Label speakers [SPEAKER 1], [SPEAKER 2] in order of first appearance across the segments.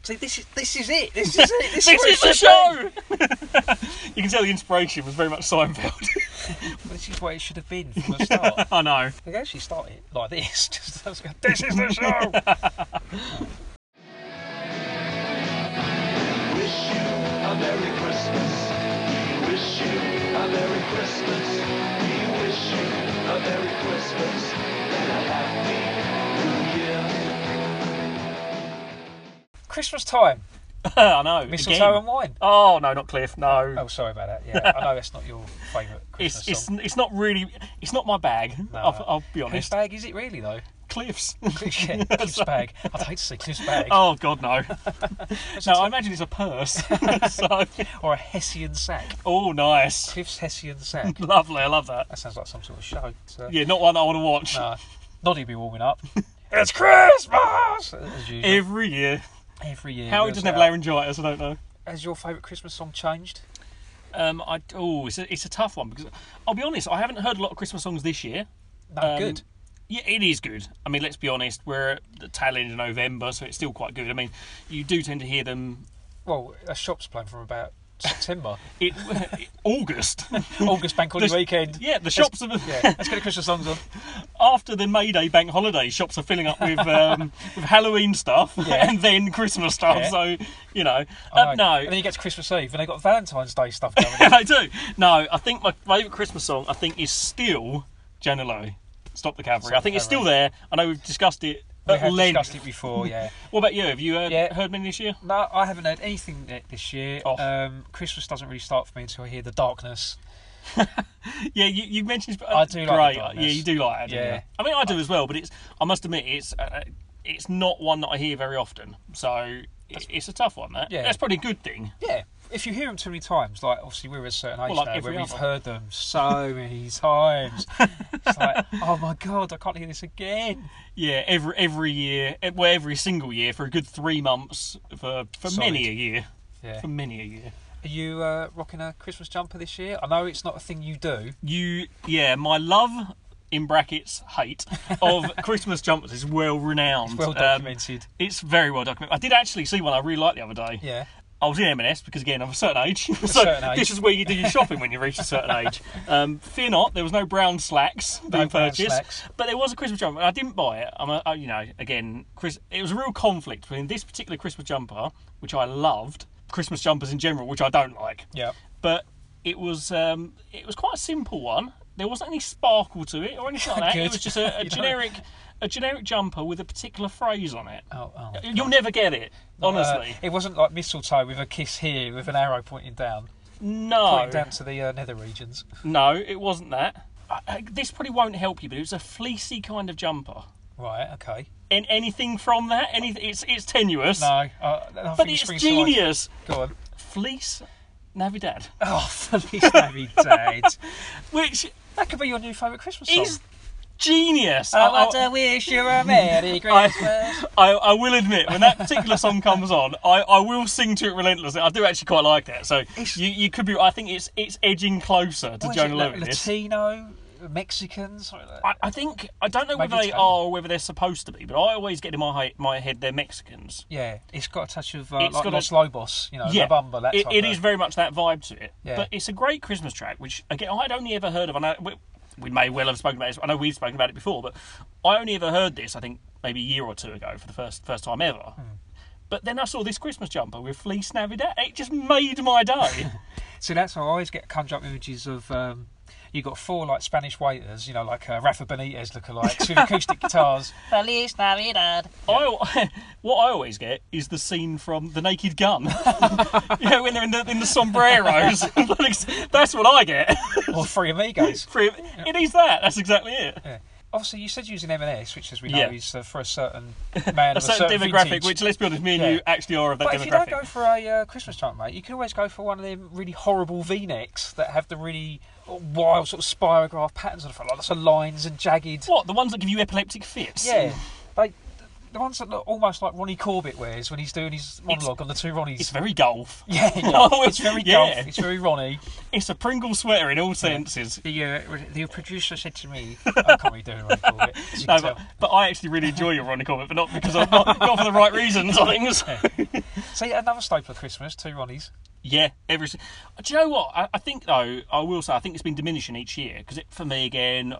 [SPEAKER 1] It's like this is this is it. This is it. This,
[SPEAKER 2] This
[SPEAKER 1] is,
[SPEAKER 2] is the show! you can tell the inspiration was very much Seinfeld.
[SPEAKER 1] This is where it should have been from the start.
[SPEAKER 2] I know.
[SPEAKER 1] Like actually start it like this. Just let's go, this is the show.
[SPEAKER 3] Wish you a Merry Christmas. We wish you a Merry Christmas. We wish you a Merry Christmas and a Happy New Year.
[SPEAKER 1] Christmas time.
[SPEAKER 2] I know.
[SPEAKER 1] Mistletoe
[SPEAKER 2] again.
[SPEAKER 1] and wine.
[SPEAKER 2] Oh no, not Cliff. No.
[SPEAKER 1] Oh, sorry about that. Yeah, I know that's not your favourite Christmas
[SPEAKER 2] it's it's
[SPEAKER 1] song.
[SPEAKER 2] it's not really it's not my bag. I'll, I'll be
[SPEAKER 1] Whose
[SPEAKER 2] honest.
[SPEAKER 1] bag is it really though?
[SPEAKER 2] Cliff's.
[SPEAKER 1] yeah, Cliff's bag. I'd hate to say Cliff's bag.
[SPEAKER 2] oh God, no. no, I imagine it's a purse. so,
[SPEAKER 1] Or a Hessian sack.
[SPEAKER 2] oh, nice.
[SPEAKER 1] Cliff's Hessian sack.
[SPEAKER 2] Lovely. I love that.
[SPEAKER 1] That sounds like some sort of show. So,
[SPEAKER 2] Yeah, not one I want to watch
[SPEAKER 1] uh, Noddy'd be warming up. it's Christmas! As usual.
[SPEAKER 2] every year.
[SPEAKER 1] Every year.
[SPEAKER 2] How he
[SPEAKER 1] goes
[SPEAKER 2] doesn't have
[SPEAKER 1] out.
[SPEAKER 2] laryngitis, I don't know.
[SPEAKER 1] Has your favourite Christmas song changed?
[SPEAKER 2] Um, I oh, it's a, it's a tough one because I'll be honest, I haven't heard a lot of Christmas songs this year.
[SPEAKER 1] No,
[SPEAKER 2] Um,
[SPEAKER 1] good.
[SPEAKER 2] Yeah, it is good. I mean, let's be honest, we're at the tail end of November, so it's still quite good. I mean, you do tend to hear them
[SPEAKER 1] Well, a shop's playing from about September.
[SPEAKER 2] it, August.
[SPEAKER 1] August bank holiday
[SPEAKER 2] The-
[SPEAKER 1] weekend.
[SPEAKER 2] Yeah, the shops are
[SPEAKER 1] Yeah, let's get the Christmas songs on.
[SPEAKER 2] after the May Day bank holiday. Shops are filling up with um, with Halloween stuff
[SPEAKER 1] Yeah.
[SPEAKER 2] and then Christmas stuff.
[SPEAKER 1] Yeah.
[SPEAKER 2] So you know,
[SPEAKER 1] I
[SPEAKER 2] uh,
[SPEAKER 1] know.
[SPEAKER 2] no,
[SPEAKER 1] And then you get to Christmas Eve and they got Valentine's Day stuff going on.
[SPEAKER 2] I do. No, I think my favourite Christmas song I think is still Janelo. Stop the cavalry.
[SPEAKER 1] Stop
[SPEAKER 2] I think
[SPEAKER 1] the
[SPEAKER 2] it's still
[SPEAKER 1] Cavalry.
[SPEAKER 2] there. I know we've discussed it
[SPEAKER 1] We
[SPEAKER 2] at
[SPEAKER 1] have
[SPEAKER 2] length.
[SPEAKER 1] discussed it before, yeah.
[SPEAKER 2] What about you? Have you heard,
[SPEAKER 1] Yeah.
[SPEAKER 2] heard many this year?
[SPEAKER 1] No, I haven't heard anything th- this year.
[SPEAKER 2] Oh.
[SPEAKER 1] Um, Christmas doesn't really start for me until I hear The Darkness.
[SPEAKER 2] Yeah, you, you mentioned.
[SPEAKER 1] I do like
[SPEAKER 2] Great.
[SPEAKER 1] The Darkness.
[SPEAKER 2] yeah, you do like it. don't
[SPEAKER 1] Yeah.
[SPEAKER 2] you? I mean, I do as well, but it's. I must admit, it's. Uh, it's not one that I hear very often, so it- it's a tough one. That
[SPEAKER 1] Yeah.
[SPEAKER 2] that's probably a good thing.
[SPEAKER 1] Yeah, if you hear them too many times, like obviously we're at a certain age
[SPEAKER 2] Well, like
[SPEAKER 1] now
[SPEAKER 2] every
[SPEAKER 1] where we've
[SPEAKER 2] other.
[SPEAKER 1] heard them so many times. it's like, oh my god, I can't hear this again.
[SPEAKER 2] Yeah, every every year, eh, well, every single year for a good three months for for
[SPEAKER 1] Solid.
[SPEAKER 2] many a year,
[SPEAKER 1] Yeah.
[SPEAKER 2] for many a year.
[SPEAKER 1] Are you uh, rocking a Christmas jumper this year? I know it's not a thing you do.
[SPEAKER 2] You, yeah, my love in brackets hate of Christmas jumpers is well renowned.
[SPEAKER 1] Well
[SPEAKER 2] Um,
[SPEAKER 1] documented.
[SPEAKER 2] it's very well documented. I did actually see one I really liked the other day.
[SPEAKER 1] yeah.
[SPEAKER 2] I was in M&S because again I'm a certain age, so
[SPEAKER 1] certain age.
[SPEAKER 2] this is where you do your shopping when you reach a certain age. Um, fear not, there was no brown slacks being
[SPEAKER 1] brown
[SPEAKER 2] purchased,
[SPEAKER 1] slacks.
[SPEAKER 2] but there was a Christmas jumper. and I didn't buy it. I'm a, I, you know, again, Chris, it was a real conflict between this particular Christmas jumper, which I loved, Christmas jumpers in general, which I don't like.
[SPEAKER 1] Yeah.
[SPEAKER 2] But it was um, it was quite a simple one. There wasn't any sparkle to it or anything like that.
[SPEAKER 1] Good.
[SPEAKER 2] It was just a, a
[SPEAKER 1] You don't-
[SPEAKER 2] generic a generic jumper with a particular phrase on it.
[SPEAKER 1] Oh, oh.
[SPEAKER 2] You'll never get it, honestly.
[SPEAKER 1] Uh, it wasn't like mistletoe with a kiss here with an arrow pointing down,
[SPEAKER 2] no.
[SPEAKER 1] pointing down to the uh, nether regions.
[SPEAKER 2] No, it wasn't that. I, I, this probably won't help you, but it was a fleecy kind of jumper.
[SPEAKER 1] Right. Okay.
[SPEAKER 2] And anything from that, anything, it's it's tenuous,
[SPEAKER 1] No. I, I think
[SPEAKER 2] but
[SPEAKER 1] it
[SPEAKER 2] it's
[SPEAKER 1] springs to life.
[SPEAKER 2] genius.
[SPEAKER 1] Go on.
[SPEAKER 2] Fleece Navidad,
[SPEAKER 1] Oh, Feliz Navidad.
[SPEAKER 2] which
[SPEAKER 1] that could be your new favourite Christmas song.
[SPEAKER 2] is genius.
[SPEAKER 1] I
[SPEAKER 2] I-
[SPEAKER 1] want
[SPEAKER 2] I,
[SPEAKER 1] to wish you Uh, a Merry
[SPEAKER 2] I-
[SPEAKER 1] Christmas.
[SPEAKER 2] I, I will admit, when that particular song comes on, I, I will sing to it relentlessly. I do actually quite like that. So you, you could be. I think it's it's edging closer to
[SPEAKER 1] What is it,
[SPEAKER 2] Jonah
[SPEAKER 1] La-
[SPEAKER 2] Lewis.
[SPEAKER 1] Latino, Mexican, something like that.
[SPEAKER 2] I, I think I don't know
[SPEAKER 1] Maybe
[SPEAKER 2] whether they
[SPEAKER 1] Italian.
[SPEAKER 2] are or whether they're supposed to be, but I always get in my he- my head they're Mexicans.
[SPEAKER 1] Yeah, it's got a touch of uh,
[SPEAKER 2] It's
[SPEAKER 1] like
[SPEAKER 2] got
[SPEAKER 1] Los
[SPEAKER 2] a-
[SPEAKER 1] Lobos, you know, La Bamba, that
[SPEAKER 2] it,
[SPEAKER 1] type
[SPEAKER 2] it
[SPEAKER 1] of-
[SPEAKER 2] is very much that vibe to
[SPEAKER 1] uh,
[SPEAKER 2] it.
[SPEAKER 1] Yeah.
[SPEAKER 2] But it's a great Christmas track, which again I'd only ever heard of. I know we, we may well have spoken about this. I know we've spoken about it before, but I only ever heard this. I think maybe a year or two ago for the first first time ever. But then I saw this Christmas jumper with fleece navidad. It just made my day.
[SPEAKER 1] So that's how I always get conjure up images of. Um, you got four like Spanish waiters, you know, like uh, Rafa Benitez lookalikes with acoustic guitars.
[SPEAKER 4] Feliz Navidad.
[SPEAKER 2] I, what I always get is the scene from The Naked Gun. you know, when they're in the, in the sombreros. That's what I get.
[SPEAKER 1] or Three Amigos.
[SPEAKER 2] It is that. That's exactly it.
[SPEAKER 1] Yeah. Obviously, you said using M&S, which, as we know,
[SPEAKER 2] Yeah.
[SPEAKER 1] is uh, for a certain man
[SPEAKER 2] A
[SPEAKER 1] of
[SPEAKER 2] certain, demographic,
[SPEAKER 1] vintage.
[SPEAKER 2] which let's be honest, me and
[SPEAKER 1] Yeah.
[SPEAKER 2] you actually are of that
[SPEAKER 1] But
[SPEAKER 2] demographic.
[SPEAKER 1] if you don't go for a uh, Christmas jumper, mate, you can always go for one of them really horrible V-necks that have the really wild sort of spirograph patterns on the front, like lots of lines and jagged.
[SPEAKER 2] What the ones that give you epileptic fits?
[SPEAKER 1] Yeah, they, the ones that look almost like Ronnie Corbett wears when he's doing his monologue on the two Ronnies.
[SPEAKER 2] it's very golf.
[SPEAKER 1] yeah,
[SPEAKER 2] Oh,
[SPEAKER 1] it's very
[SPEAKER 2] yeah.
[SPEAKER 1] golf. It's very Ronnie.
[SPEAKER 2] It's a Pringle sweater in all senses.
[SPEAKER 1] The uh, the producer said to me, "I can't really do Ronnie Corbett." as you
[SPEAKER 2] No,
[SPEAKER 1] can
[SPEAKER 2] but,
[SPEAKER 1] tell.
[SPEAKER 2] but I actually really enjoy your Ronnie Corbett, but not because I'm not, not for the right reasons. I think. so.
[SPEAKER 1] See, another staple of Christmas, two Ronnies.
[SPEAKER 2] Yeah, every. si- Do you know what? I, I think though, I will say, I think it's been diminishing each year because for me again,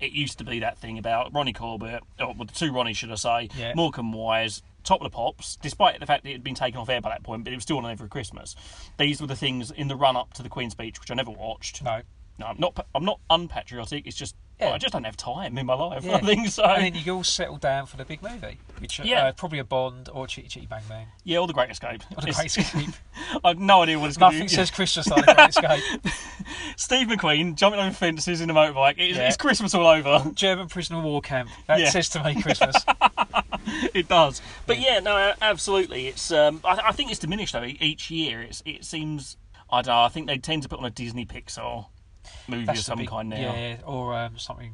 [SPEAKER 2] it used to be that thing about Ronnie Corbett, or well, the two Ronnies, should I say,
[SPEAKER 1] Yeah.
[SPEAKER 2] Morecambe Wise, Top of the Pops. Despite the fact that it had been taken off air by that point, but it was still on every Christmas. These were the things in the run up to the Queen's speech, which I never watched.
[SPEAKER 1] No.
[SPEAKER 2] No, I'm not. I'm not unpatriotic. It's just
[SPEAKER 1] Yeah.
[SPEAKER 2] I just don't have time in my life.
[SPEAKER 1] Yeah.
[SPEAKER 2] I think so.
[SPEAKER 1] And then you all settle down for the big movie, which
[SPEAKER 2] Yeah.
[SPEAKER 1] uh, probably a Bond or Chitty Chitty Bang Bang.
[SPEAKER 2] yeah, all the Great Escape.
[SPEAKER 1] Or the
[SPEAKER 2] It's-
[SPEAKER 1] Great Escape.
[SPEAKER 2] I've no idea what it's going to be.
[SPEAKER 1] Nothing says Christmas like the Great Escape.
[SPEAKER 2] Steve McQueen jumping over fences in a motorbike. It is,
[SPEAKER 1] Yeah.
[SPEAKER 2] It's Christmas all over.
[SPEAKER 1] German prisoner war camp. That
[SPEAKER 2] Yeah.
[SPEAKER 1] says to me Christmas.
[SPEAKER 2] it does. But yeah, no, absolutely. It's um, I, I think it's diminished though e- each year. It's it seems I don't know. I think they tend to put on a Disney Pixar movie
[SPEAKER 1] That's
[SPEAKER 2] of
[SPEAKER 1] the
[SPEAKER 2] some
[SPEAKER 1] big-
[SPEAKER 2] kind now.
[SPEAKER 1] Yeah, or um, something.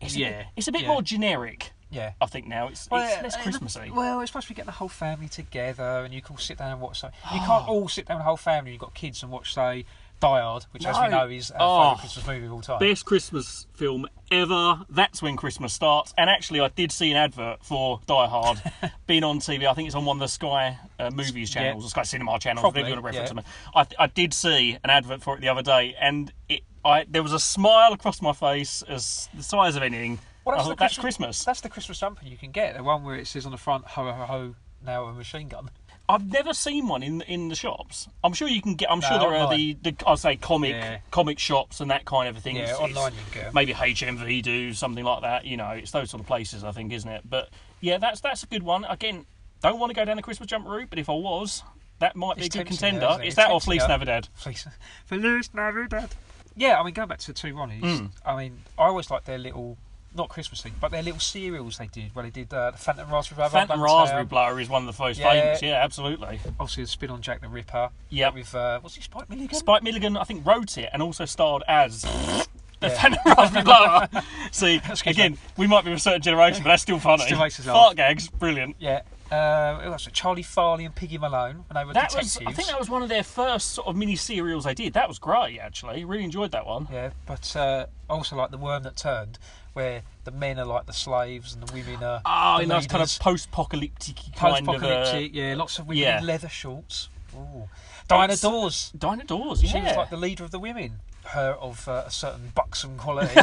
[SPEAKER 2] It's A
[SPEAKER 1] yeah,
[SPEAKER 2] bit, it's a bit
[SPEAKER 1] yeah.
[SPEAKER 2] more generic.
[SPEAKER 1] yeah.
[SPEAKER 2] I think now it's,
[SPEAKER 1] Well,
[SPEAKER 2] it's
[SPEAKER 1] yeah,
[SPEAKER 2] less
[SPEAKER 1] and-
[SPEAKER 2] Christmassy.
[SPEAKER 1] Well, it's supposed to be getting the whole family together, and you can all sit down and watch. So you can't all sit down the whole family. You've got kids and watch, say, Die Hard, which, as we
[SPEAKER 2] No.
[SPEAKER 1] know, is our
[SPEAKER 2] Oh.
[SPEAKER 1] favourite Christmas movie of all time.
[SPEAKER 2] Best Christmas film ever. That's when Christmas starts. And actually, I did see an advert for Die Hard being on TV. I think it's on one of the Sky uh, Movies channels,
[SPEAKER 1] Yeah.
[SPEAKER 2] or Sky Cinema channels.
[SPEAKER 1] Probably,
[SPEAKER 2] whatever you want to reference
[SPEAKER 1] yeah.
[SPEAKER 2] them. I, th- I did see an advert for it the other day, and it, I, there was a smile across my face as the size of anything.
[SPEAKER 1] Well,
[SPEAKER 2] I thought, Oh, that's Christmas.
[SPEAKER 1] That's the Christmas jumper you can get. The one where it says on the front, "Ho ho ho!" Now a machine gun.
[SPEAKER 2] I've never seen one in in the shops. I'm sure you can get. I'm
[SPEAKER 1] No,
[SPEAKER 2] sure there are
[SPEAKER 1] online.
[SPEAKER 2] the, the I say comic
[SPEAKER 1] Yeah.
[SPEAKER 2] comic shops and that kind of a thing.
[SPEAKER 1] Yeah,
[SPEAKER 2] It's- it's-
[SPEAKER 1] online you can get 'em.
[SPEAKER 2] Maybe HMV do something like that. You know, it's those sort of places. I think, isn't it? But yeah, that's that's a good one. Again, don't want to go down the Christmas jump route, but if I was, that might be
[SPEAKER 1] It's
[SPEAKER 2] a good
[SPEAKER 1] tempting,
[SPEAKER 2] contender.
[SPEAKER 1] though, isn't it?
[SPEAKER 2] Is
[SPEAKER 1] It's
[SPEAKER 2] that or
[SPEAKER 1] tempting,
[SPEAKER 2] Fleece Navidad?
[SPEAKER 1] Please, Feliz Navidad. Yeah, I mean, going back to the two Ronnies,
[SPEAKER 2] Hmm.
[SPEAKER 1] I mean, I always liked their little, not Christmas thing, but their little serials they did, where they did uh, the Phantom Raspberry Blower.
[SPEAKER 2] Phantom
[SPEAKER 1] Buntown,
[SPEAKER 2] Raspberry Blower is one of the first
[SPEAKER 1] Yeah.
[SPEAKER 2] famous. Yeah, absolutely.
[SPEAKER 1] Obviously, the spin on Jack the Ripper.
[SPEAKER 2] Yeah.
[SPEAKER 1] With, uh, was it Spike Milligan?
[SPEAKER 2] Spike Milligan, I think, wrote it and also starred as the
[SPEAKER 1] Yeah.
[SPEAKER 2] Phantom Raspberry Blower. See,
[SPEAKER 1] Excuse
[SPEAKER 2] again,
[SPEAKER 1] me.
[SPEAKER 2] we might be of a certain generation, but that's still funny.
[SPEAKER 1] Still makes us laugh.
[SPEAKER 2] Fart gags, brilliant.
[SPEAKER 1] yeah. Uh, who else? Charlie Farley and Piggy Malone when they were
[SPEAKER 2] That was,
[SPEAKER 1] detectives.
[SPEAKER 2] I think, that was one of their first sort of mini serials they did. That was great, actually. Really enjoyed that one.
[SPEAKER 1] Yeah, but uh, I also like the Worm That Turned, where the men are like the slaves and the women are.
[SPEAKER 2] Ah,
[SPEAKER 1] the
[SPEAKER 2] in those kind of
[SPEAKER 1] leaders.
[SPEAKER 2] post-apocalyptic kind of. uh,
[SPEAKER 1] post-apocalyptic. yeah, lots of women
[SPEAKER 2] yeah.
[SPEAKER 1] in leather shorts. Ooh. Diana
[SPEAKER 2] It's-
[SPEAKER 1] Dawes.
[SPEAKER 2] Dinah Dawes, yeah.
[SPEAKER 1] She was like the leader of the women. Her of uh, a certain buxom quality.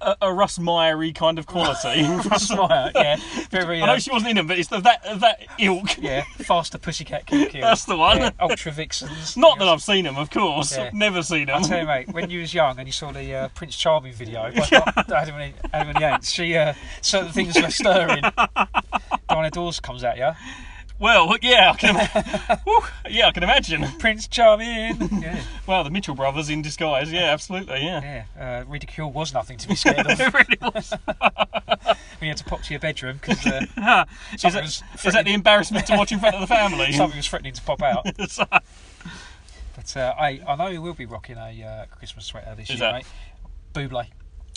[SPEAKER 2] a, a Russ Myery kind of quality.
[SPEAKER 1] That's right. Yeah, very.
[SPEAKER 2] I know
[SPEAKER 1] Uh,
[SPEAKER 2] she wasn't in them, but it's the, that of that ilk.
[SPEAKER 1] yeah, faster pussycat kill kill.
[SPEAKER 2] That's the one.
[SPEAKER 1] Yeah, ultra vixens.
[SPEAKER 2] Not that I've seen them, of course.
[SPEAKER 1] Yeah.
[SPEAKER 2] Never seen them.
[SPEAKER 1] I tell you, mate, when you was young and you saw the uh, Prince Charming video, by Adam, and, Adam and the Ants, she uh, certain things were stirring. Diana Dawes comes at you.
[SPEAKER 2] Well, yeah, I can. Whew, yeah, I can imagine.
[SPEAKER 1] Prince Charming. Yeah,
[SPEAKER 2] Well, the Mitchell brothers in disguise. Yeah, absolutely. Yeah.
[SPEAKER 1] yeah. Uh, ridicule was nothing to be scared of.
[SPEAKER 2] It really was.
[SPEAKER 1] when you had to pop to your bedroom because uh,
[SPEAKER 2] Is
[SPEAKER 1] something,
[SPEAKER 2] that,
[SPEAKER 1] was
[SPEAKER 2] is that the
[SPEAKER 1] threatening-
[SPEAKER 2] embarrassment to watch in front of the family?
[SPEAKER 1] something was threatening to pop out.
[SPEAKER 2] So-
[SPEAKER 1] But uh, I, I know you will be rocking a uh, Christmas sweater this
[SPEAKER 2] Who's
[SPEAKER 1] year,
[SPEAKER 2] that?
[SPEAKER 1] mate. Buble,